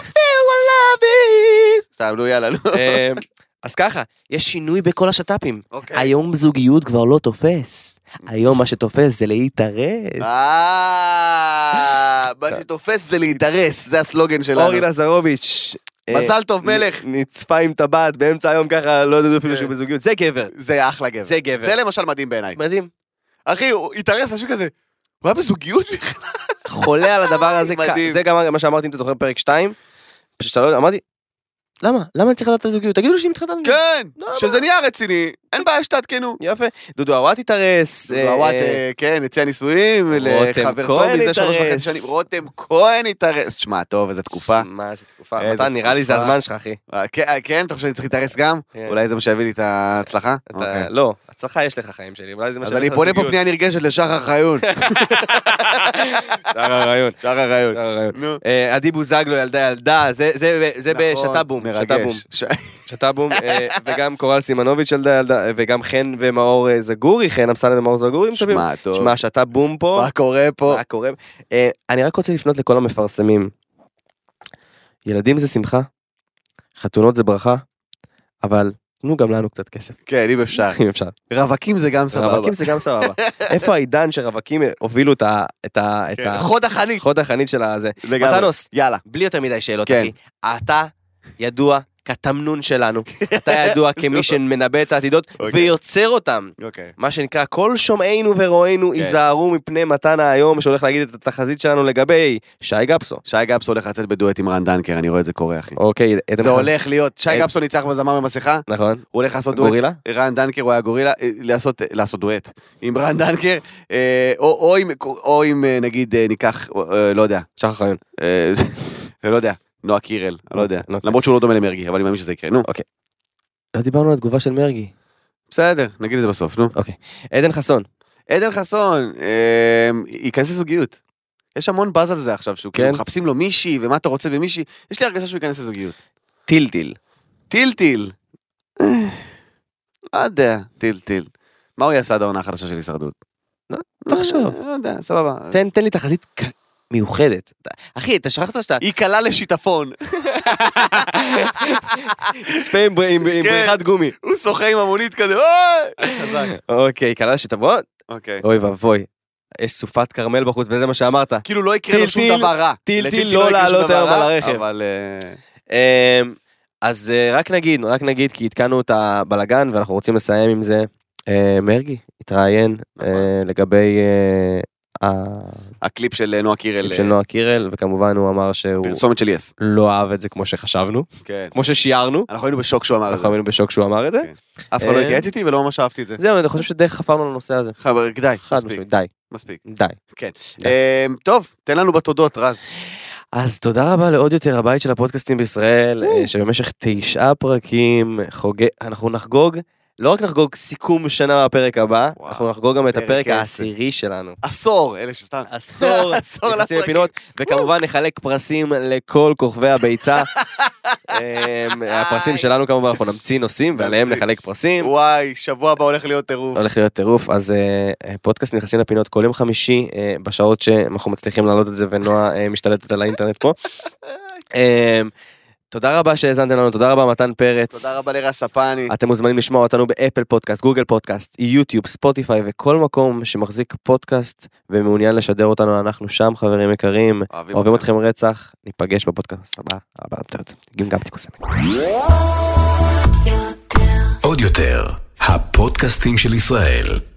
Speaker 2: feel what love is. סתם, נו, יאללה, נו.
Speaker 3: אמ, אז ככה, יש שינוי בכל השת"פים.
Speaker 2: אוקיי.
Speaker 3: היום זוגיות כבר לא תופס. היום מה שתופס זה להתארס.
Speaker 2: אה, מה שתופס זה להתארס, זה הסלוגן שלנו.
Speaker 3: אורי לזרוביץ'. אוקיי, אה,
Speaker 2: מזל טוב,
Speaker 3: נ-
Speaker 2: מלך.
Speaker 3: נצפה עם טבעת באמצע היום ככה, לא ידעו אפילו שהוא בזוגיות. זה גבר.
Speaker 2: זה אחלה גבר.
Speaker 3: זה גבר.
Speaker 2: זה למשל מדהים בעיניי.
Speaker 3: מדהים.
Speaker 2: אחי, הוא התארס, משהו כזה. הוא היה בזוגיות?
Speaker 3: לא, חולה על הדבר הזה. כ-
Speaker 2: מדהים.
Speaker 3: זה גם מה שאמרתי, אם אתה זוכר, פרק 2. פשוט אתה לא יודע, אמרתי, למה? למה אני צריך לדעת את הזוגיות? תגידו לי שאם התחתנו.
Speaker 2: כן,
Speaker 3: לא,
Speaker 2: שזה נהיה רציני, אין בעיה שתעדכנו.
Speaker 3: יפה. דודו אוואט התארס. אה,
Speaker 2: וואט, אה, כן, הציע נישואים
Speaker 3: רותם
Speaker 2: לחברתו
Speaker 3: כהן
Speaker 2: מזה שלוש וחצי
Speaker 3: התארס.
Speaker 2: שנים. רותם כהן התארס. תשמע, טוב, איזה תקופה.
Speaker 3: מה זה תקופה?
Speaker 2: איזה
Speaker 3: מתן, נראה לי זה
Speaker 2: תקופה.
Speaker 3: הזמן שלך, אחי.
Speaker 2: אה, כן, אה, כן, אתה חושב שאני צריך להתארס גם?
Speaker 3: כן.
Speaker 2: אולי זה מה שיביא לי את ההצלחה?
Speaker 3: אתה-
Speaker 2: אוקיי.
Speaker 3: לא, הצלחה יש לך חיים שלי, אולי זה מה
Speaker 2: אז
Speaker 3: שאני
Speaker 2: אני
Speaker 3: עושה
Speaker 2: פונה פה
Speaker 3: לזוגיות.
Speaker 2: פנייה נרגשת לשחר חיון.
Speaker 3: שאר הרעיון.
Speaker 2: שחר חיון.
Speaker 3: שאר הרעיון.
Speaker 2: נו.
Speaker 3: אה, עדי בוזגלו, ילדה ילדה, זה- זה- זה
Speaker 2: נכון,
Speaker 3: בשתה בום, שתה בום,
Speaker 2: מרגש. ש-
Speaker 3: שתה בום, אה, וגם קורל סימנוביץ' ילדה ילדה, אה, וגם חן ומאור אה, זגורי, חן אמסלם ומאור זגורי, הם טובים.
Speaker 2: שמע, טוב.
Speaker 3: שמע, נכון. שתה בום פה,
Speaker 2: מה קורה פה?
Speaker 3: מה קורה? אה, אני רק רוצה לפנות לכל המפרסמים. ילדים זה שמחה, חתונות זה ברכה, אבל תנו גם לנו קצת כסף,
Speaker 2: כן, אם אפשר.
Speaker 3: אם אפשר.
Speaker 2: רווקים זה גם סבבה.
Speaker 3: רווקים זה גם סבבה. איפה העידן שרווקים הובילו את ה- את ה- את
Speaker 2: כן,
Speaker 3: ה-
Speaker 2: חוד החנית.
Speaker 3: חוד החנית של הזה?
Speaker 2: לגמרי.
Speaker 3: מתנוס,
Speaker 2: יאללה.
Speaker 3: בלי יותר מדי שאלות,
Speaker 2: כן.
Speaker 3: אחי. אתה ידוע כתמנון שלנו. אתה ידוע כמי שמנבא את העתידות
Speaker 2: אוקיי.
Speaker 3: ויוצר אותם.
Speaker 2: אוקיי.
Speaker 3: מה שנקרא, כל שומעינו ורואינו ייזהרו מפני מתן היום שהולך להגיד את התחזית שלנו לגבי שי גפסו.
Speaker 2: שי גפסו הולך לצאת בדואט עם רן דנקר, אני רואה את זה קורה, אחי.
Speaker 3: אוקיי, עדן
Speaker 2: זה
Speaker 3: חז-
Speaker 2: הולך להיות, שי
Speaker 3: עד-
Speaker 2: גפסו ניצח בזמר במסכה,
Speaker 3: נכון.
Speaker 2: הוא הולך לעשות דואט.
Speaker 3: גורילה?
Speaker 2: רן דנקר, הוא היה גורילה, אה, לעשות, אה, לעשות דואט עם רן דנקר, אה, או, או, עם, או עם אה, נגיד אה, ניקח, אה, לא יודע,
Speaker 3: שחר חיון.
Speaker 2: אה, לא יודע, נועה קירל, אני לא יודע,
Speaker 3: אוקיי.
Speaker 2: למרות שהוא לא דומה למרגי, אבל אני מאמין שזה יקרה, נו,
Speaker 3: לא דיברנו על התגובה של מרגי.
Speaker 2: בסדר, נגיד את זה בסוף, נו.
Speaker 3: אוקיי. עדן חסון.
Speaker 2: עדן חסון, אה, ייכנס לזוגיות. יש המון באז על זה עכשיו, שהוא
Speaker 3: כן.
Speaker 2: כאילו מחפשים לו מישהי, ומה אתה רוצה במישהי, יש לי הרגשה שהוא ייכנס לזוגיות.
Speaker 3: טילטיל.
Speaker 2: טילטיל. אה, לא יודע, טילטיל. מה הוא יעשה עד העונה החדשה של הישרדות?
Speaker 3: לא, תחשוב.
Speaker 2: אה, לא יודע, סבבה.
Speaker 3: תן תן לי תחזית ק- מיוחדת. אחי, אתה שכחת שאתה...
Speaker 2: היא קלה לשיטפון.
Speaker 3: צפה עם בר- עם- עם
Speaker 2: כן.
Speaker 3: בריכת גומי.
Speaker 2: הוא שוחה עם המונית כזה, אוי! חזק.
Speaker 3: אוקיי, קלה שתבוא,
Speaker 2: אוקיי.
Speaker 3: אוי ואבוי, יש סופת כרמל בחוץ, וזה מה שאמרת.
Speaker 2: כאילו לא יקרה לו שום
Speaker 3: טילטיל,
Speaker 2: דבר רע.
Speaker 3: טילטיל
Speaker 2: לטילטיל
Speaker 3: לא
Speaker 2: יקרה שום
Speaker 3: לעלות
Speaker 2: דבר
Speaker 3: היום על
Speaker 2: רע,
Speaker 3: הרכב.
Speaker 2: אבל... אה,
Speaker 3: אמ, אז אה, רק נגיד, רק נגיד, כי עדכנו את הבלגן ואנחנו רוצים לסיים עם זה. אה, מרגי התראיין
Speaker 2: נכון.
Speaker 3: אה, לגבי אה, הקליפ
Speaker 2: הקליפ של אה, נועה קירל,
Speaker 3: של
Speaker 2: אה,
Speaker 3: נועה קירל, וכמובן הוא אמר שהוא
Speaker 2: פרסומת של יס.
Speaker 3: לא אהב את זה כמו שחשבנו,
Speaker 2: כן.
Speaker 3: כמו ששיערנו,
Speaker 2: אנחנו היינו בשוק שהוא אמר את זה.
Speaker 3: אנחנו היינו בשוק שהוא אמר את זה.
Speaker 2: כן. אף אחד לא
Speaker 3: נכון. אה,
Speaker 2: התייעץ איתי ולא ממש אהבתי את זה.
Speaker 3: זהו, אני חושב שדי חפרנו לנושא הזה.
Speaker 2: חבר, די,
Speaker 3: חד
Speaker 2: מספיק,
Speaker 3: משמעית, די,
Speaker 2: מספיק.
Speaker 3: די. די.
Speaker 2: אה, טוב, תן לנו בתודות, רז.
Speaker 3: אז תודה רבה לעוד יותר הבית של הפודקאסטים בישראל, אה, שבמשך תשעה פרקים חוגג, אנחנו נחגוג, לא רק נחגוג סיכום שנה בפרק הבא,
Speaker 2: וואו,
Speaker 3: אנחנו נחגוג גם את
Speaker 2: פרק
Speaker 3: הפרק
Speaker 2: עשר.
Speaker 3: העשירי שלנו.
Speaker 2: עשור, אלה
Speaker 3: אה,
Speaker 2: שסתם.
Speaker 3: עשור,
Speaker 2: עשור
Speaker 3: נכנסים
Speaker 2: לפרקים.
Speaker 3: לפינות, וכמובן נחלק פרסים לכל כוכבי הביצה. אמ, הפרסים שלנו כמובן, אנחנו נמציא נושאים ועליהם
Speaker 2: נמציא.
Speaker 3: נחלק פרסים.
Speaker 2: וואי, שבוע הבא הולך להיות טירוף.
Speaker 3: הולך להיות טירוף, אז אה, אה, פודקאסט נכנסים לפינות כל יום חמישי, אה, בשעות שאנחנו מצליחים להעלות את זה ונועה אה, משתלטת על האינטרנט פה. אה, תודה רבה שהאזנתם לנו, תודה רבה מתן פרץ.
Speaker 2: תודה רבה לרז ספני.
Speaker 3: אתם מוזמנים לשמוע אותנו באפל פודקאסט, גוגל פודקאסט, יוטיוב, ספוטיפיי וכל מקום שמחזיק פודקאסט ומעוניין לשדר אותנו, אנחנו שם חברים יקרים. אוהבים אתכם רצח, ניפגש בפודקאסט הבא. הבא, גם גם תיקוסמת.
Speaker 1: עוד יותר, הפודקאסטים של ישראל.